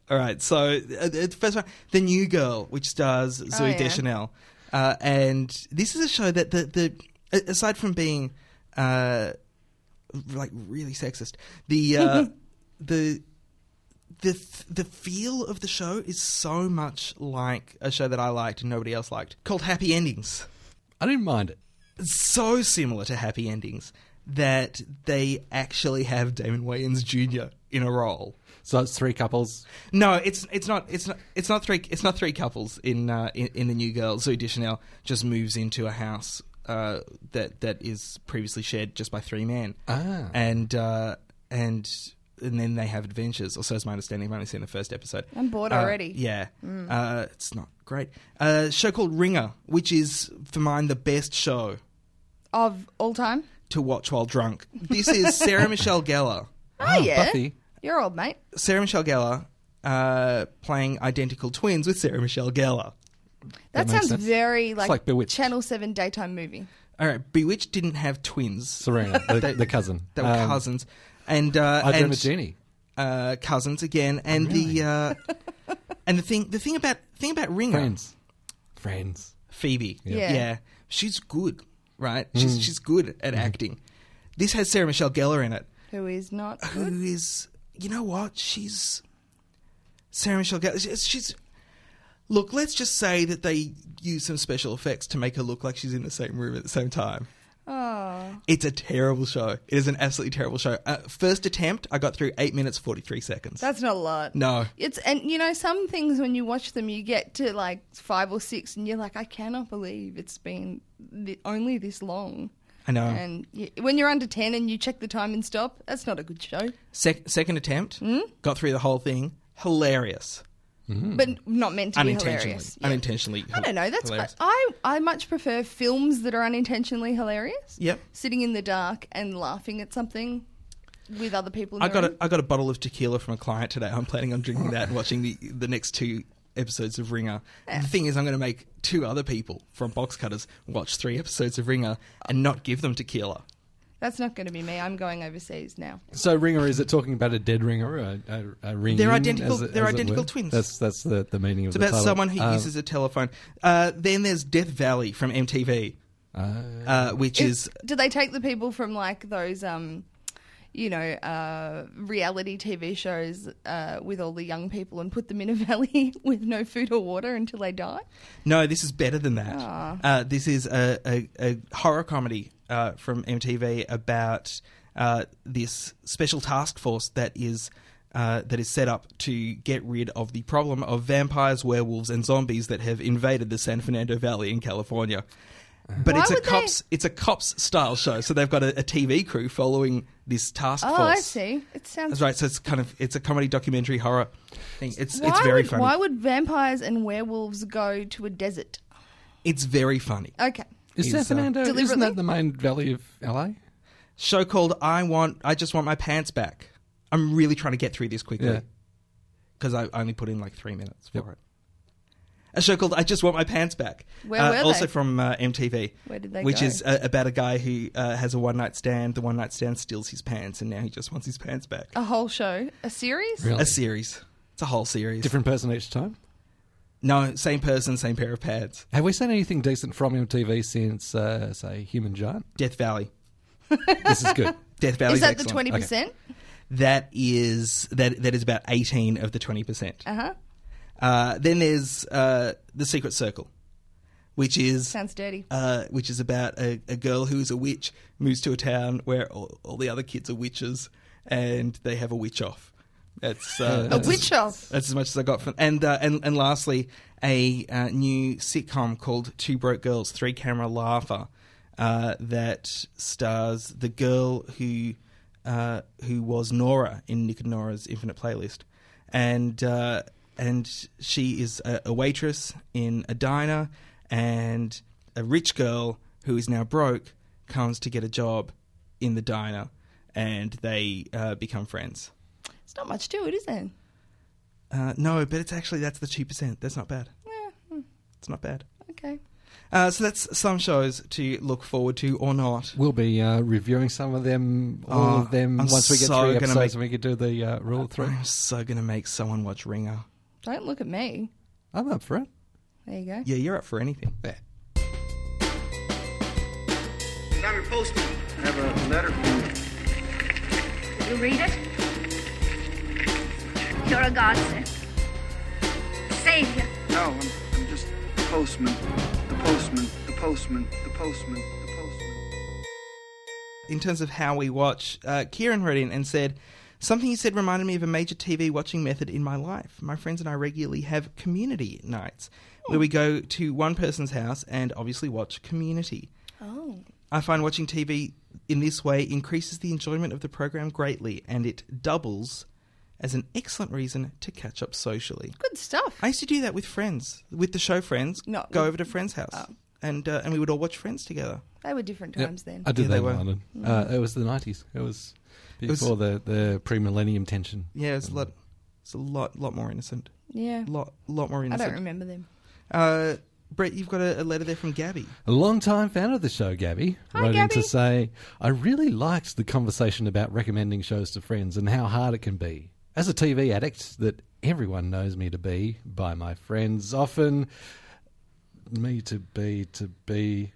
[SPEAKER 2] All right. So uh, the the first one, the New Girl, which stars Zoe
[SPEAKER 3] yeah.
[SPEAKER 2] Deschanel, uh, and this is a show that the the a- aside from being uh, like really sexist, the uh, the the f- the feel of the show is so much like a show that I liked and nobody else liked called Happy Endings.
[SPEAKER 1] I didn't mind it.
[SPEAKER 2] So similar to Happy Endings that they actually have Damon Wayans Jr. in a role.
[SPEAKER 1] So it's three couples.
[SPEAKER 2] No, it's it's not it's not it's not three it's not three couples in uh, in, in the new girl. Zoe Deschanel just moves into a house uh, that that is previously shared just by three men,
[SPEAKER 1] Ah.
[SPEAKER 2] and uh, and and then they have adventures. Or so is my understanding. I've only seen the first episode.
[SPEAKER 3] I'm bored
[SPEAKER 2] Uh,
[SPEAKER 3] already. Mm.
[SPEAKER 2] Yeah, uh, it's not great. uh, show called Ringer, which is for mine the best show
[SPEAKER 3] Of all time?
[SPEAKER 2] to watch while drunk. This is Sarah Michelle Gellar.
[SPEAKER 3] Oh, yeah.
[SPEAKER 1] Uh, Buffy.
[SPEAKER 3] You're old, mate.
[SPEAKER 2] Sarah Michelle Gellar uh, playing identical twins with Sarah Michelle Gellar.
[SPEAKER 3] That,
[SPEAKER 1] makes
[SPEAKER 3] sounds
[SPEAKER 1] sense.
[SPEAKER 3] very
[SPEAKER 1] It's
[SPEAKER 3] like,
[SPEAKER 1] like Bewitched.
[SPEAKER 3] Channel 7 daytime movie.
[SPEAKER 2] All right, Bewitched didn't have twins.
[SPEAKER 1] Serena, the, the cousin.
[SPEAKER 2] They were
[SPEAKER 1] Um,
[SPEAKER 2] cousins, and uh,
[SPEAKER 1] I dream
[SPEAKER 2] and,
[SPEAKER 1] of Jeannie.
[SPEAKER 2] Uh, cousins again,
[SPEAKER 1] Oh,
[SPEAKER 2] and the uh, and the thing the thing about thing about Ringer
[SPEAKER 1] Friends. Friends.
[SPEAKER 2] Phoebe,
[SPEAKER 3] Yeah.
[SPEAKER 2] yeah, she's good, right?
[SPEAKER 1] Mm.
[SPEAKER 2] She's she's good
[SPEAKER 1] Mm-hmm.
[SPEAKER 2] at acting. This has Sarah Michelle Gellar in it,
[SPEAKER 3] Who is not good.
[SPEAKER 2] who is you know what she's Sarah Michelle Gellar. She's, she's look. Let's just say that they use some special effects to make her look like she's in the same room at the same time.
[SPEAKER 3] Oh.
[SPEAKER 2] It's a terrible show. It is an absolutely terrible show. Uh, first attempt, I got through eight minutes forty three seconds.
[SPEAKER 3] That's not a lot.
[SPEAKER 2] no,
[SPEAKER 3] It's and you know some things when you watch them you get to like five or six and you're like I cannot believe it's been th- only this long.
[SPEAKER 2] I know.
[SPEAKER 3] And you, when you're under ten and you check the time and stop, that's not a good show.
[SPEAKER 2] Sec- second attempt,
[SPEAKER 3] Hmm?
[SPEAKER 2] got through the whole thing. Hilarious,
[SPEAKER 3] But not meant to
[SPEAKER 2] Hmm.
[SPEAKER 3] be
[SPEAKER 2] unintentionally,
[SPEAKER 3] hilarious. Yeah.
[SPEAKER 2] unintentionally.
[SPEAKER 3] I don't know. That's
[SPEAKER 2] hilarious.
[SPEAKER 3] quite, I I much prefer films that are unintentionally hilarious.
[SPEAKER 2] Yep.
[SPEAKER 3] Sitting in the dark and laughing at something with other people. In
[SPEAKER 2] I
[SPEAKER 3] the
[SPEAKER 2] got a,
[SPEAKER 3] room.
[SPEAKER 2] I got a bottle of tequila from a client today. I'm planning on drinking that and watching the the next two episodes of Ringer. The thing is, I'm going to make two other people from Box Cutters watch three episodes of Ringer and not give them tequila.
[SPEAKER 3] That's not going to be me. I'm going overseas now.
[SPEAKER 1] So ringer is it talking about a dead ringer? A, a, a ring?
[SPEAKER 2] They're
[SPEAKER 1] in,
[SPEAKER 2] identical-
[SPEAKER 1] as it-
[SPEAKER 2] they're
[SPEAKER 1] as it
[SPEAKER 2] identical
[SPEAKER 1] were?
[SPEAKER 2] twins.
[SPEAKER 1] That's that's the, the meaning of
[SPEAKER 2] It's
[SPEAKER 1] the
[SPEAKER 2] about
[SPEAKER 1] title.
[SPEAKER 2] someone who
[SPEAKER 1] Um,
[SPEAKER 2] uses a telephone. Uh, then there's Death Valley from MTV, uh, which is
[SPEAKER 3] do they take the people from like those um you know uh reality tv shows uh with all the young people and put them in a valley with no food or water until they die
[SPEAKER 2] No, this is better than that.
[SPEAKER 3] Ah.
[SPEAKER 2] Uh, this is a, a, a horror comedy uh, from MTV about uh, this special task force that is uh, that is set up to get rid of the problem of vampires, werewolves, and zombies that have invaded the San Fernando Valley in California. But
[SPEAKER 3] Uh-huh. Why
[SPEAKER 2] it's a
[SPEAKER 3] would they-
[SPEAKER 2] cops it's a cops style show, so they've got a, a TV crew following this task
[SPEAKER 3] oh
[SPEAKER 2] force.
[SPEAKER 3] i see it sounds
[SPEAKER 2] That's right. So it's kind of it's a comedy documentary horror thing. It's
[SPEAKER 3] why
[SPEAKER 2] it's very
[SPEAKER 3] would,
[SPEAKER 2] funny.
[SPEAKER 3] why would vampires and werewolves go to a desert
[SPEAKER 2] It's very funny.
[SPEAKER 3] okay
[SPEAKER 1] Is San
[SPEAKER 2] is, uh,
[SPEAKER 1] Fernando? Isn't
[SPEAKER 3] Deliberately?
[SPEAKER 1] that the main valley of LA?
[SPEAKER 2] show called I Want I Just Want My Pants Back. I'm really trying to get through this quickly
[SPEAKER 1] Yeah.
[SPEAKER 2] because I only put in like three minutes for it. A show called I Just Want My Pants Back.
[SPEAKER 3] Where
[SPEAKER 2] uh,
[SPEAKER 3] were
[SPEAKER 2] also
[SPEAKER 3] they?
[SPEAKER 2] from uh, MTV.
[SPEAKER 3] Where did they
[SPEAKER 2] Which
[SPEAKER 3] go?
[SPEAKER 2] is uh, about a guy who uh, has a one night stand. The one night stand steals his pants and now he just wants his pants back.
[SPEAKER 1] Oh.
[SPEAKER 3] a whole show a series
[SPEAKER 1] Really?
[SPEAKER 2] A series. It's a whole series.
[SPEAKER 1] Different person each time.
[SPEAKER 2] No, same person, same pair of pants.
[SPEAKER 1] Have we seen anything decent from MTV since, uh, say, Human Giant?
[SPEAKER 2] Death Valley.
[SPEAKER 1] This is good.
[SPEAKER 2] Death Valley.
[SPEAKER 3] is that the
[SPEAKER 2] excellent.
[SPEAKER 3] 20%
[SPEAKER 2] That is that that is about eighteen of the twenty percent.
[SPEAKER 3] uh-huh
[SPEAKER 2] Uh, then there's uh, the Secret Circle, which is
[SPEAKER 3] sounds dirty
[SPEAKER 2] uh, which is about a, a girl who is a witch moves to a town where all, all the other kids are witches, and they have a witch off. That's uh,
[SPEAKER 3] a
[SPEAKER 2] that's
[SPEAKER 3] witch off
[SPEAKER 2] As, that's as much as I got from. And uh, and and lastly, a uh, new sitcom called Two Broke Girls, Three Camera Laugher, uh, that stars the girl who uh, who was Nora in Nick and Nora's Infinite Playlist, and uh, and she is a, a waitress in a diner, and a rich girl who is now broke comes to get a job in the diner, and they uh, become friends.
[SPEAKER 3] it's not much to it is there
[SPEAKER 2] Uh, no, but it's actually that's the two percent. That's not bad.
[SPEAKER 3] yeah. hmm,
[SPEAKER 2] It's not bad.
[SPEAKER 3] okay
[SPEAKER 2] Uh, so that's some shows to look forward to or not.
[SPEAKER 1] We'll be uh, reviewing some of them, all
[SPEAKER 2] Oh,
[SPEAKER 1] of them,
[SPEAKER 2] I'm
[SPEAKER 1] once we get
[SPEAKER 2] so
[SPEAKER 1] three
[SPEAKER 2] gonna
[SPEAKER 1] episodes
[SPEAKER 2] make-
[SPEAKER 1] and we can do the uh, rule through.
[SPEAKER 2] I'm so gonna make someone watch Ringer.
[SPEAKER 3] don't look at me
[SPEAKER 1] I'm up for it.
[SPEAKER 3] there you go
[SPEAKER 2] Yeah, you're up for anything.
[SPEAKER 1] There.
[SPEAKER 9] Got it posted. Have a letter.
[SPEAKER 10] You read it? You're a godsend. Savior.
[SPEAKER 9] No, I'm, I'm just the postman. The postman. The postman. The postman. The postman.
[SPEAKER 2] in terms of how we watch, uh, Kieran wrote in and said, Something you said reminded me of a major TV watching method in my life. My friends and I regularly have community nights
[SPEAKER 3] Hmm.
[SPEAKER 2] where we go to one person's house and obviously watch community.
[SPEAKER 3] Oh.
[SPEAKER 2] I find watching TV in this way increases the enjoyment of the program greatly and it doubles as an excellent reason to catch up socially.
[SPEAKER 3] Good stuff.
[SPEAKER 2] I used to do that with friends, with the show Friends.
[SPEAKER 3] Not
[SPEAKER 2] go
[SPEAKER 3] with- Oh.
[SPEAKER 2] over to Friends' house and uh, and we would all watch Friends together.
[SPEAKER 3] They were different
[SPEAKER 1] Yep.
[SPEAKER 3] times then.
[SPEAKER 1] I did
[SPEAKER 2] Yeah, they
[SPEAKER 1] that
[SPEAKER 2] were. Mm.
[SPEAKER 1] in London. Uh, it was the 90s. It was
[SPEAKER 2] was-
[SPEAKER 1] before the, the pre millennium tension.
[SPEAKER 2] Yeah, it's a lot, it's a lot, lot more innocent.
[SPEAKER 3] Yeah.
[SPEAKER 2] lot lot more
[SPEAKER 3] I
[SPEAKER 2] innocent.
[SPEAKER 3] don't remember them.
[SPEAKER 2] Uh, Brett, you've got a, a letter there from Gabby.
[SPEAKER 1] A long-time fan of the show, Gabby,
[SPEAKER 3] Hi,
[SPEAKER 1] wrote
[SPEAKER 3] Gabby.
[SPEAKER 1] in to say, I really liked the conversation about recommending shows to friends and how hard it can be. As a TV addict that everyone knows me to be by my friends, often me to be, to be.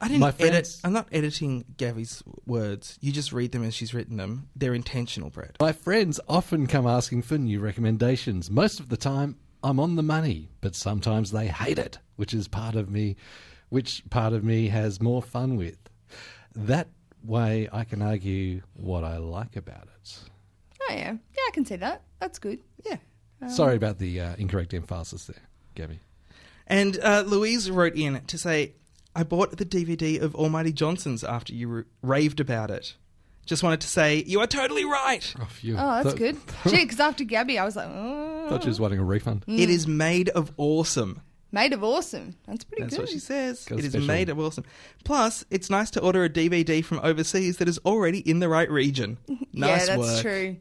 [SPEAKER 2] I didn't
[SPEAKER 1] My
[SPEAKER 2] edit.
[SPEAKER 1] friends-
[SPEAKER 2] I'm not editing Gabby's words. You just read them as she's written them. They're intentional, Brett.
[SPEAKER 1] My friends often come asking for new recommendations. Most of the time, I'm on the money, but sometimes they hate it, which is part of me, which part of me has more fun with. That way, I can argue what I like about it.
[SPEAKER 3] Oh yeah, yeah, I can see that. That's good.
[SPEAKER 2] Yeah.
[SPEAKER 3] Um,
[SPEAKER 1] Sorry about the uh, incorrect emphasis there, Gabby.
[SPEAKER 2] And uh, Louise wrote in to say, "I bought the DVD of Almighty Johnson's after you r raved about it. Just wanted to say you are totally right.
[SPEAKER 3] Oh, that's good. Gee, because after Gabby, I was like, oh,
[SPEAKER 1] Thought she was wanting a refund.
[SPEAKER 2] It is made of awesome."
[SPEAKER 3] made of awesome. That's pretty
[SPEAKER 2] That's
[SPEAKER 3] good.
[SPEAKER 2] what she says.
[SPEAKER 1] Got a
[SPEAKER 2] it is
[SPEAKER 1] special-
[SPEAKER 2] made of awesome. Plus, it's nice to order a DVD from overseas that is already in the right region. Nice
[SPEAKER 3] yeah,
[SPEAKER 2] work.
[SPEAKER 3] that's true.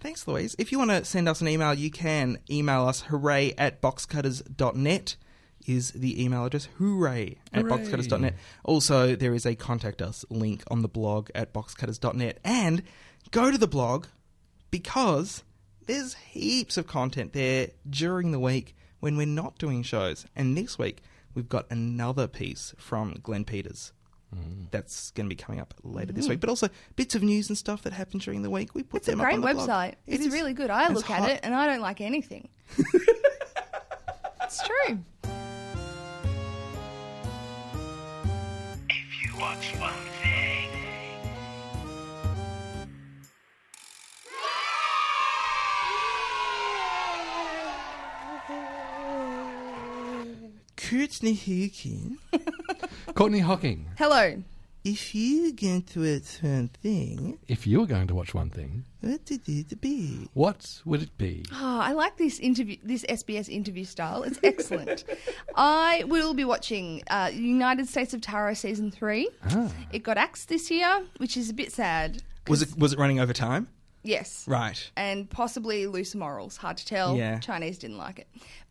[SPEAKER 2] Thanks, Louise. If you want to send us an email, you can email us hooray at boxcutters.net is the email address hooray at
[SPEAKER 1] Hooray.
[SPEAKER 2] boxcutters.net. Also, there is a contact us link on the blog at boxcutters.net. And go to the blog because there's heaps of content there during the week when we're not doing shows. And this week, we've got another piece from Glenn Peters. That's going to be coming up later this week, but also bits of news and stuff that happened during the week. We put
[SPEAKER 3] Mm. It's a
[SPEAKER 2] them up
[SPEAKER 3] great
[SPEAKER 2] on the blog.
[SPEAKER 3] website.
[SPEAKER 2] It
[SPEAKER 3] It's
[SPEAKER 2] is.
[SPEAKER 3] really good. I
[SPEAKER 2] It's
[SPEAKER 3] look
[SPEAKER 2] hot.
[SPEAKER 3] at it and I don't like anything. it's true.
[SPEAKER 9] If you watch one thing,
[SPEAKER 2] Courtney Hawking,
[SPEAKER 3] Mm.
[SPEAKER 1] Courtney Hocking,
[SPEAKER 3] Hello.
[SPEAKER 2] if you going to a certain thing,
[SPEAKER 1] if you were going to watch one thing,
[SPEAKER 2] what did it be?
[SPEAKER 1] what would it be?
[SPEAKER 3] Oh, I like this interview, this SBS interview style. It's excellent. I will be watching uh, United States of Tara season three.
[SPEAKER 2] Ah.
[SPEAKER 3] It got axed this year, which is a bit sad.
[SPEAKER 2] Was it was it running over time?
[SPEAKER 3] Yes.
[SPEAKER 2] Right.
[SPEAKER 3] and possibly loose morals. Hard to tell.
[SPEAKER 2] Yeah.
[SPEAKER 3] Chinese didn't like it,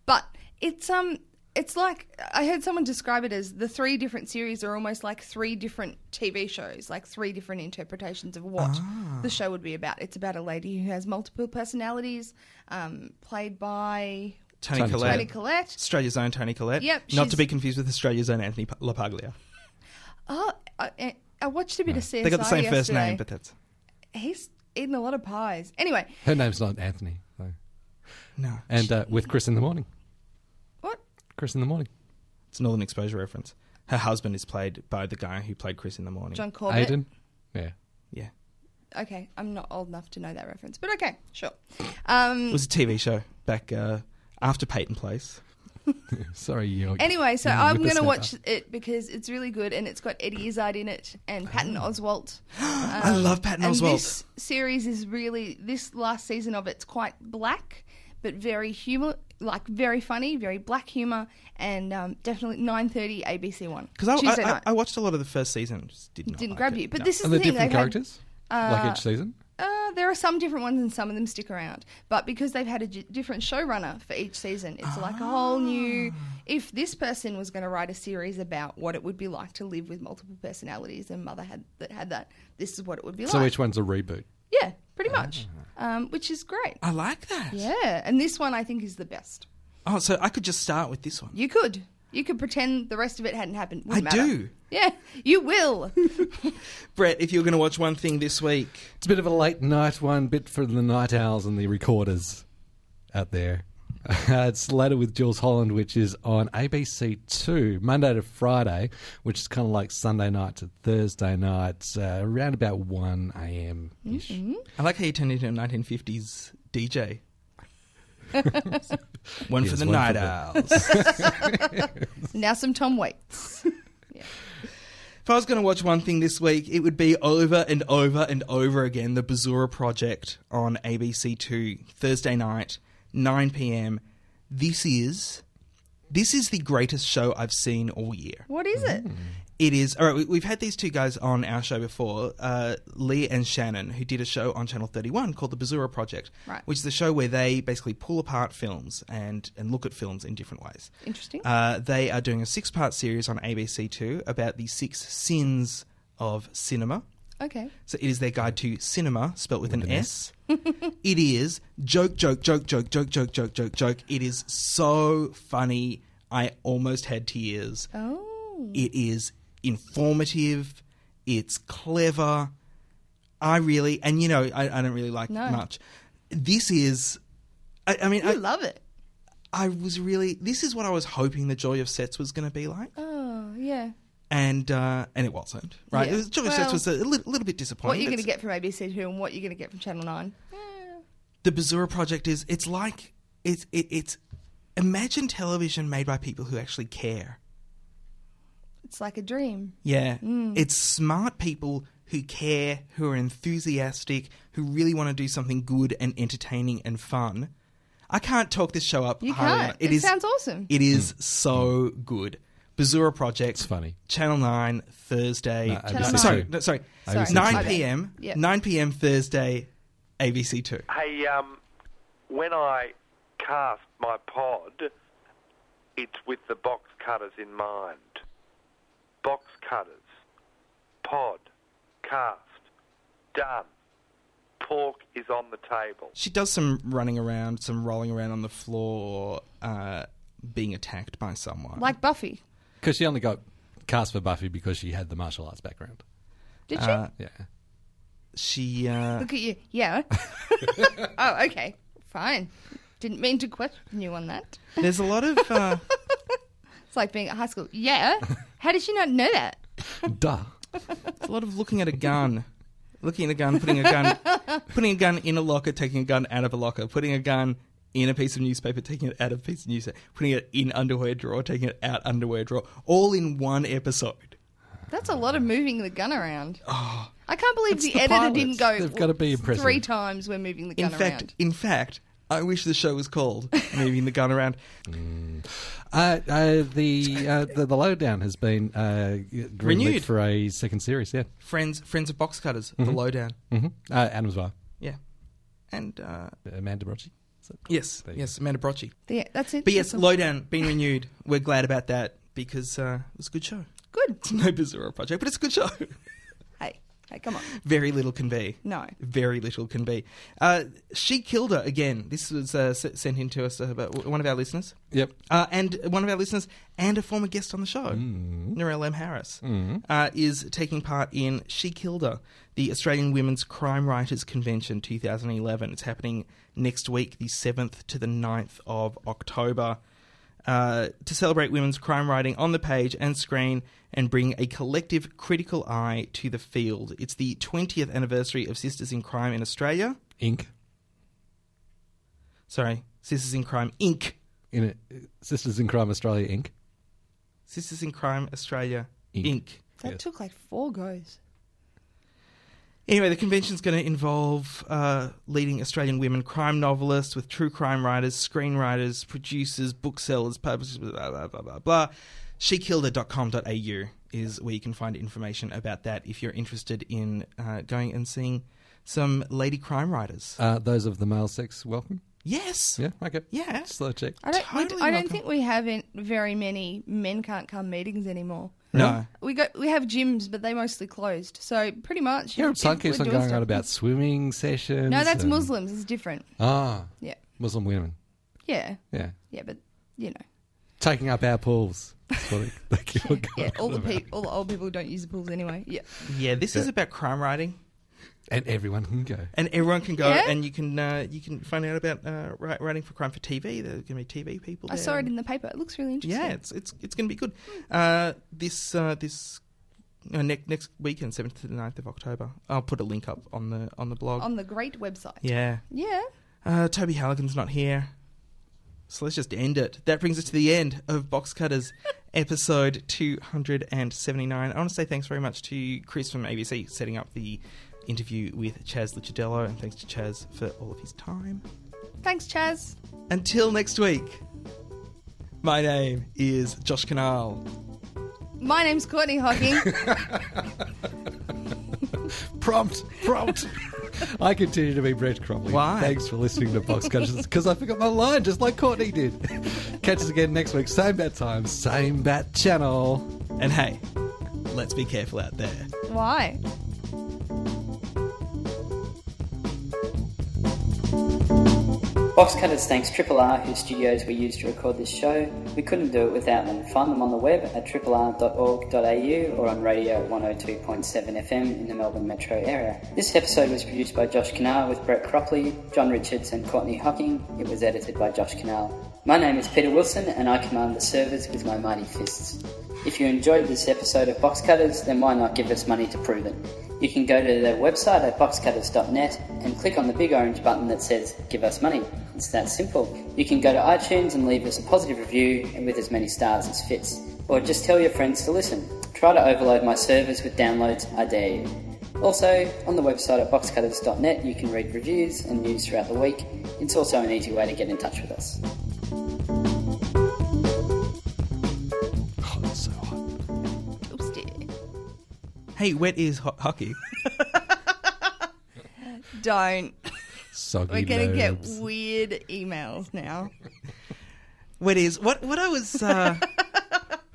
[SPEAKER 3] but it's um, it's like I heard someone describe it as the three different series are almost like three different TV shows, like three different interpretations of what
[SPEAKER 2] Ah.
[SPEAKER 3] the show would be about. It's about a lady who has multiple personalities, um, played by
[SPEAKER 2] Tony,
[SPEAKER 1] Tony
[SPEAKER 2] Collette.
[SPEAKER 3] Tony Collette.
[SPEAKER 2] Australia's own Tony Collette.
[SPEAKER 3] Yep,
[SPEAKER 2] Not
[SPEAKER 3] she's-
[SPEAKER 2] to be confused with Australia's own Anthony P- LaPaglia.
[SPEAKER 3] Oh, I- I, I watched a bit of CSI
[SPEAKER 2] They got the same
[SPEAKER 3] yesterday.
[SPEAKER 2] first name, but that's
[SPEAKER 3] he's eating a lot of pies. Anyway,
[SPEAKER 1] Her name's not Anthony, though.
[SPEAKER 2] no.
[SPEAKER 1] And uh, with Chris in the morning.
[SPEAKER 3] what?
[SPEAKER 1] Chris in the morning.
[SPEAKER 2] it's a Northern Exposure reference. Her husband is played by the guy who played Chris in the morning.
[SPEAKER 3] John Corbett.
[SPEAKER 1] Aiden. Yeah.
[SPEAKER 2] Yeah.
[SPEAKER 3] Okay, I'm not old enough to know that reference, but okay, sure. Um,
[SPEAKER 2] It was a TV show back uh, after Peyton Place.
[SPEAKER 1] Sorry, you.
[SPEAKER 3] Anyway, so
[SPEAKER 1] you
[SPEAKER 3] I'm going to
[SPEAKER 1] whippersnapper.
[SPEAKER 3] watch it because it's really good and it's got Eddie Izzard in it and Patton Oswalt.
[SPEAKER 2] Oh. I love Patton
[SPEAKER 3] and
[SPEAKER 2] Oswalt.
[SPEAKER 3] this series is really this last season of it's quite black, but very humor, like very funny, very black humor, and um, definitely 9:30 ABC One
[SPEAKER 2] Because I,
[SPEAKER 3] Tuesday
[SPEAKER 2] I,
[SPEAKER 3] night.
[SPEAKER 2] I watched a lot of the first season, just did not
[SPEAKER 3] Didn't
[SPEAKER 2] like
[SPEAKER 3] grab
[SPEAKER 2] it.
[SPEAKER 3] you, but
[SPEAKER 2] No.
[SPEAKER 3] this is
[SPEAKER 1] Are
[SPEAKER 3] the
[SPEAKER 1] there
[SPEAKER 3] thing.
[SPEAKER 1] different
[SPEAKER 3] they've had-
[SPEAKER 1] characters? like each season?
[SPEAKER 3] uh, there are some different ones and some of them stick around. But because they've had a j- different showrunner for each season, it's like a
[SPEAKER 2] Ah.
[SPEAKER 3] whole new. If this person was going to write a series about what it would be like to live with multiple personalities and mother had that had that, this is what it would be
[SPEAKER 1] So
[SPEAKER 3] like.
[SPEAKER 1] each one's a reboot.
[SPEAKER 3] yeah, pretty
[SPEAKER 2] Ah.
[SPEAKER 3] much, um, which is great.
[SPEAKER 2] I like that.
[SPEAKER 3] Yeah, and this one I think is the best.
[SPEAKER 2] Oh, so I could just start with this one.
[SPEAKER 3] You could. You could pretend the rest of it hadn't happened.
[SPEAKER 2] I
[SPEAKER 3] Wouldn't matter.
[SPEAKER 2] do.
[SPEAKER 3] Yeah, you will.
[SPEAKER 2] Brett, if you're going to watch one thing this week,
[SPEAKER 1] It's a bit of a late night one, bit for the night owls and the recorders out there. it's later with Jules Holland, which is on ABC2, Monday to Friday, which is kind of like Sunday night to Thursday night, uh, around about 1 a.m. ish.
[SPEAKER 3] Mm-hmm.
[SPEAKER 2] I like how you turned into a 1950s DJ. one for
[SPEAKER 1] Yes,
[SPEAKER 2] the
[SPEAKER 1] one
[SPEAKER 2] night
[SPEAKER 1] for the-
[SPEAKER 2] owls.
[SPEAKER 3] now some Tom Waits.
[SPEAKER 2] If I was going to watch one thing this week, it would be over and over and over again the Bazura Project on ABC2 Thursday night, 9 p.m. This is this is the greatest show I've seen all year.
[SPEAKER 3] What is it?
[SPEAKER 2] Hmm. It is all right. we- We've had these two guys on our show before, uh, Lee and Shannon, who did a show on Channel Thirty One called The Bazura Project,
[SPEAKER 3] Right.
[SPEAKER 2] which is a show where they basically pull apart films and and look at films in different ways.
[SPEAKER 3] Interesting.
[SPEAKER 2] Uh, they are doing a six part series on ABC Two about the six sins of cinema.
[SPEAKER 3] Okay.
[SPEAKER 2] So it is their guide to cinema, spelt with, an, S. it is joke, joke, joke, joke, joke, joke, joke, joke, joke. It is so funny. I almost had tears.
[SPEAKER 3] Oh.
[SPEAKER 2] It is informative. It's clever. I really, and you know, I, I don't really like
[SPEAKER 3] No.
[SPEAKER 2] much. This is, I, I mean,
[SPEAKER 3] You
[SPEAKER 2] I,
[SPEAKER 3] love it.
[SPEAKER 2] I was really, this is what I was hoping the Joy of Sets was going to be like.
[SPEAKER 3] Oh, yeah.
[SPEAKER 2] And uh, and it wasn't, right?
[SPEAKER 3] Yeah.
[SPEAKER 2] It was- Joy of Sets
[SPEAKER 3] Well,
[SPEAKER 2] was a little, little bit disappointing.
[SPEAKER 3] What you're
[SPEAKER 2] but
[SPEAKER 3] going to
[SPEAKER 2] it's-
[SPEAKER 3] get from ABC Two and what you're going to get from Channel Nine.
[SPEAKER 2] the Bazura project is it's like it's it, it's imagine television made by people who actually care.
[SPEAKER 3] It's like a dream.
[SPEAKER 2] Yeah,
[SPEAKER 3] Mm.
[SPEAKER 2] it's smart people who care, who are enthusiastic, who really want to do something good and entertaining and fun. I can't talk this show up.
[SPEAKER 3] You
[SPEAKER 2] highly
[SPEAKER 3] can't.
[SPEAKER 2] enough.
[SPEAKER 3] It,
[SPEAKER 2] is-
[SPEAKER 3] sounds awesome.
[SPEAKER 2] It is so good. Bazura Project. It's
[SPEAKER 1] funny.
[SPEAKER 2] Channel Nine Thursday.
[SPEAKER 1] No, Channel ABC2.
[SPEAKER 2] sorry, no, sorry.
[SPEAKER 1] Sorry. ABC2.
[SPEAKER 2] Nine
[SPEAKER 1] Okay.
[SPEAKER 2] p.m.
[SPEAKER 3] Yeah.
[SPEAKER 2] Nine p.m. Thursday. ABC Two.
[SPEAKER 9] Hey, um, when I cast my pod, it's with the box cutters in mind. Box cutters. Pod. Cast. Done. Pork is on the table.
[SPEAKER 2] She does some running around, some rolling around on the floor, uh, being attacked by someone.
[SPEAKER 3] like Buffy.
[SPEAKER 1] Because she only got cast for Buffy because she had the martial arts background.
[SPEAKER 3] Did she?
[SPEAKER 1] Yeah.
[SPEAKER 2] she, uh,
[SPEAKER 3] Look at you. Yeah. oh, okay. Fine. Didn't mean to question you on that.
[SPEAKER 2] there's a lot of uh,
[SPEAKER 3] It's like being at high school. Yeah. How did she not know that?
[SPEAKER 1] Duh.
[SPEAKER 2] there's a lot of looking at a gun, looking at a gun, putting a gun, putting a gun in a locker, taking a gun out of a locker, putting a gun in a piece of newspaper, taking it out of a piece of newspaper, putting it in underwear drawer, taking it out underwear drawer, all in one episode.
[SPEAKER 3] That's a lot of moving the gun around. I can't believe the, editor
[SPEAKER 1] pilots.
[SPEAKER 3] didn't go.
[SPEAKER 1] They've gotta be impressive.
[SPEAKER 3] Three times we're moving the
[SPEAKER 2] In
[SPEAKER 3] gun
[SPEAKER 2] fact,
[SPEAKER 3] around.
[SPEAKER 2] in fact, I wish the show was called "Moving the Gun Around."
[SPEAKER 1] Uh, uh, the, uh, the the lowdown has been uh, greenlit
[SPEAKER 2] Renewed.
[SPEAKER 1] for a second series. Yeah,
[SPEAKER 2] Friends, friends of box cutters, the lowdown.
[SPEAKER 1] hmm uh, Adam's wife,
[SPEAKER 2] Yeah. And uh,
[SPEAKER 1] Amanda Brocci.
[SPEAKER 2] yes,
[SPEAKER 1] There you
[SPEAKER 2] yes, Amanda Brocci.
[SPEAKER 3] Yeah, that's it.
[SPEAKER 2] But yes,
[SPEAKER 3] That's all.
[SPEAKER 2] Lowdown being renewed. We're glad about that because uh, it was a good show.
[SPEAKER 3] Good.
[SPEAKER 2] It's no bizarre project, but it's a good show.
[SPEAKER 3] Hey, hey, come on.
[SPEAKER 2] Very little can be.
[SPEAKER 3] No.
[SPEAKER 2] Very little can be. Uh, she killed her again. This was uh, s- sent in to us uh, by one of our listeners.
[SPEAKER 1] Yep.
[SPEAKER 2] Uh, and one of our listeners and a former guest on the show, mm. M. Harris, uh, is taking part in She Killed Her, the Australian Women's Crime Writers Convention 2011. It's happening next week, the 7th to the 9th of October, uh, to celebrate women's crime writing on the page and screen and bring a collective critical eye to the field. It's the 20th anniversary of Sisters in Crime in Australia.
[SPEAKER 1] Inc.
[SPEAKER 2] Sorry, Sisters in Crime Inc.
[SPEAKER 1] In it, Sisters in Crime Australia Inc.
[SPEAKER 2] Sisters in Crime Australia
[SPEAKER 1] Inc.
[SPEAKER 2] Inc.
[SPEAKER 3] That
[SPEAKER 1] Yes.
[SPEAKER 3] took like four goes.
[SPEAKER 2] Anyway, the convention's going to involve uh, leading Australian women crime novelists with true crime writers, screenwriters, producers, booksellers, publishers, blah, blah, blah, blah, blah. SheKilled.com.au is where you can find information about that if you're interested in uh, going and seeing some lady crime writers.
[SPEAKER 1] Uh, those of the male sex, welcome.
[SPEAKER 2] yes.
[SPEAKER 1] Yeah, okay.
[SPEAKER 2] Yeah.
[SPEAKER 1] Slow check.
[SPEAKER 3] I don't. we d-
[SPEAKER 2] Totally
[SPEAKER 3] I
[SPEAKER 2] welcome.
[SPEAKER 3] don't think we have in- very many men can't come meetings anymore.
[SPEAKER 2] No.
[SPEAKER 3] We got we have gyms, but they mostly closed. So pretty much.
[SPEAKER 1] Your
[SPEAKER 3] if
[SPEAKER 1] son
[SPEAKER 3] we're
[SPEAKER 1] keeps on
[SPEAKER 3] doing
[SPEAKER 1] going
[SPEAKER 3] stuff-
[SPEAKER 1] on about swimming sessions.
[SPEAKER 3] No, that's
[SPEAKER 1] and-
[SPEAKER 3] Muslims. It's different.
[SPEAKER 1] Ah,
[SPEAKER 3] Yeah,
[SPEAKER 1] Muslim women.
[SPEAKER 3] yeah,
[SPEAKER 1] Yeah.
[SPEAKER 3] yeah. But you know,
[SPEAKER 1] taking up our pools. That's what it, they keep on
[SPEAKER 3] Yeah,
[SPEAKER 1] going
[SPEAKER 3] all the
[SPEAKER 1] on about.
[SPEAKER 3] people, all the old people who don't use the pools anyway. Yeah,
[SPEAKER 2] Yeah, this is about crime writing,
[SPEAKER 1] and everyone can go.
[SPEAKER 2] and everyone can go
[SPEAKER 3] Yeah?
[SPEAKER 2] and you can uh, you can find out about uh, ri- writing for crime for TV. There's going to be TV people.
[SPEAKER 3] I
[SPEAKER 2] there
[SPEAKER 3] saw it
[SPEAKER 2] and-
[SPEAKER 3] in the paper. It looks really interesting.
[SPEAKER 2] yeah, it's it's it's going to be good. Uh, this uh, this uh, next next weekend, seventh to the 9th of October. I'll put a link up on the on the blog.
[SPEAKER 3] on the great website.
[SPEAKER 2] yeah,
[SPEAKER 3] Yeah.
[SPEAKER 2] uh, Toby Halligan's not here, so let's just end it. That brings us to the end of Box Cutters episode two hundred and seventy nine. I want to say thanks very much to Chris from ABC setting up the interview with Chaz Lucidello, and thanks to Chaz for all of his time.
[SPEAKER 3] Thanks, Chaz.
[SPEAKER 2] Until next week. My name is Josh Canal.
[SPEAKER 3] My name's Courtney Hocking.
[SPEAKER 1] Prompt, prompt. I continue to be Brett Cromley.
[SPEAKER 2] Why?
[SPEAKER 1] Thanks for listening to Box Cutters because I forgot my line just like Courtney did. Catch us again next week, same bat time, same bat channel.
[SPEAKER 2] And hey, let's be careful out there.
[SPEAKER 3] Why?
[SPEAKER 11] Box Cutters thanks Triple R, whose studios we used to record this show. We couldn't do it without them. Find them on the web at triplr.org.au or on radio 102.7 FM in the Melbourne metro area. This episode was produced by Josh Canal with Brett Cropley, John Richards, and Courtney Hocking. It was edited by Josh Canal. My name is Peter Wilson, and I command the servers with my mighty fists. If you enjoyed this episode of Box Cutters, then why not give us money to prove it? You can go to their website at boxcutters.net and click on the big orange button that says Give Us Money. It's that simple. You can go to iTunes and leave us a positive review and with as many stars as fits. Or just tell your friends to listen. Try to overload my servers with downloads, I dare you. Also, on the website at boxcutters.net, you can read reviews and news throughout the week. It's also an easy way to get in touch with us.
[SPEAKER 1] Oh, it's so hot.
[SPEAKER 3] Oops, dear.
[SPEAKER 2] Hey, wet is ho- hockey.
[SPEAKER 3] Don't.
[SPEAKER 1] Soggy
[SPEAKER 3] We're gonna get
[SPEAKER 1] lobes.
[SPEAKER 3] weird emails now.
[SPEAKER 2] wet is what? What I was. Uh,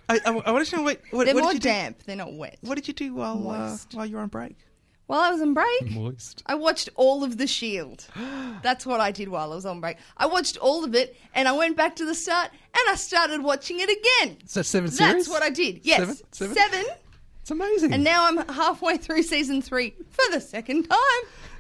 [SPEAKER 2] I, I, I want to know what. what
[SPEAKER 3] They're
[SPEAKER 2] what
[SPEAKER 3] more
[SPEAKER 2] did you
[SPEAKER 3] damp. They're not wet.
[SPEAKER 2] Do, what did you do while uh,
[SPEAKER 3] Moist.
[SPEAKER 2] while you were on break?
[SPEAKER 3] While I was on break,
[SPEAKER 1] Moist.
[SPEAKER 3] I watched all of The Shield. That's what I did while I was on break. I watched all of it, and I went back to the start, and I started watching it again.
[SPEAKER 1] Is that seven series?
[SPEAKER 3] That's what I did. Yes,
[SPEAKER 1] Seven? Seven?
[SPEAKER 3] seven.
[SPEAKER 1] It's amazing.
[SPEAKER 3] And now I'm halfway through season three for the second time.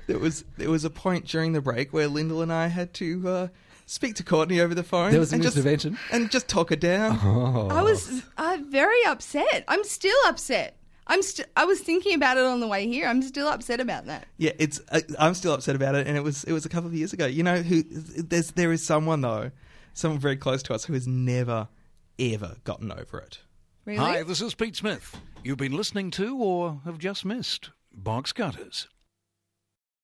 [SPEAKER 2] There was there was a point during the break where Lyndall and I had to uh, speak to Courtney over the phone.
[SPEAKER 1] There was an
[SPEAKER 2] and just,
[SPEAKER 1] intervention.
[SPEAKER 2] and just talk her down.
[SPEAKER 1] Oh.
[SPEAKER 3] I was uh, very upset. I'm still upset. I'm st- I was thinking about it on the way here. I'm still upset about that.
[SPEAKER 2] Yeah, it's I, I'm still upset about it, and it was it was a couple of years ago. You know who? There's there is someone though, someone very close to us who has never ever gotten over it.
[SPEAKER 3] Really?
[SPEAKER 12] Hi, this is Pete Smith. You've been listening to or have just missed Box Cutters.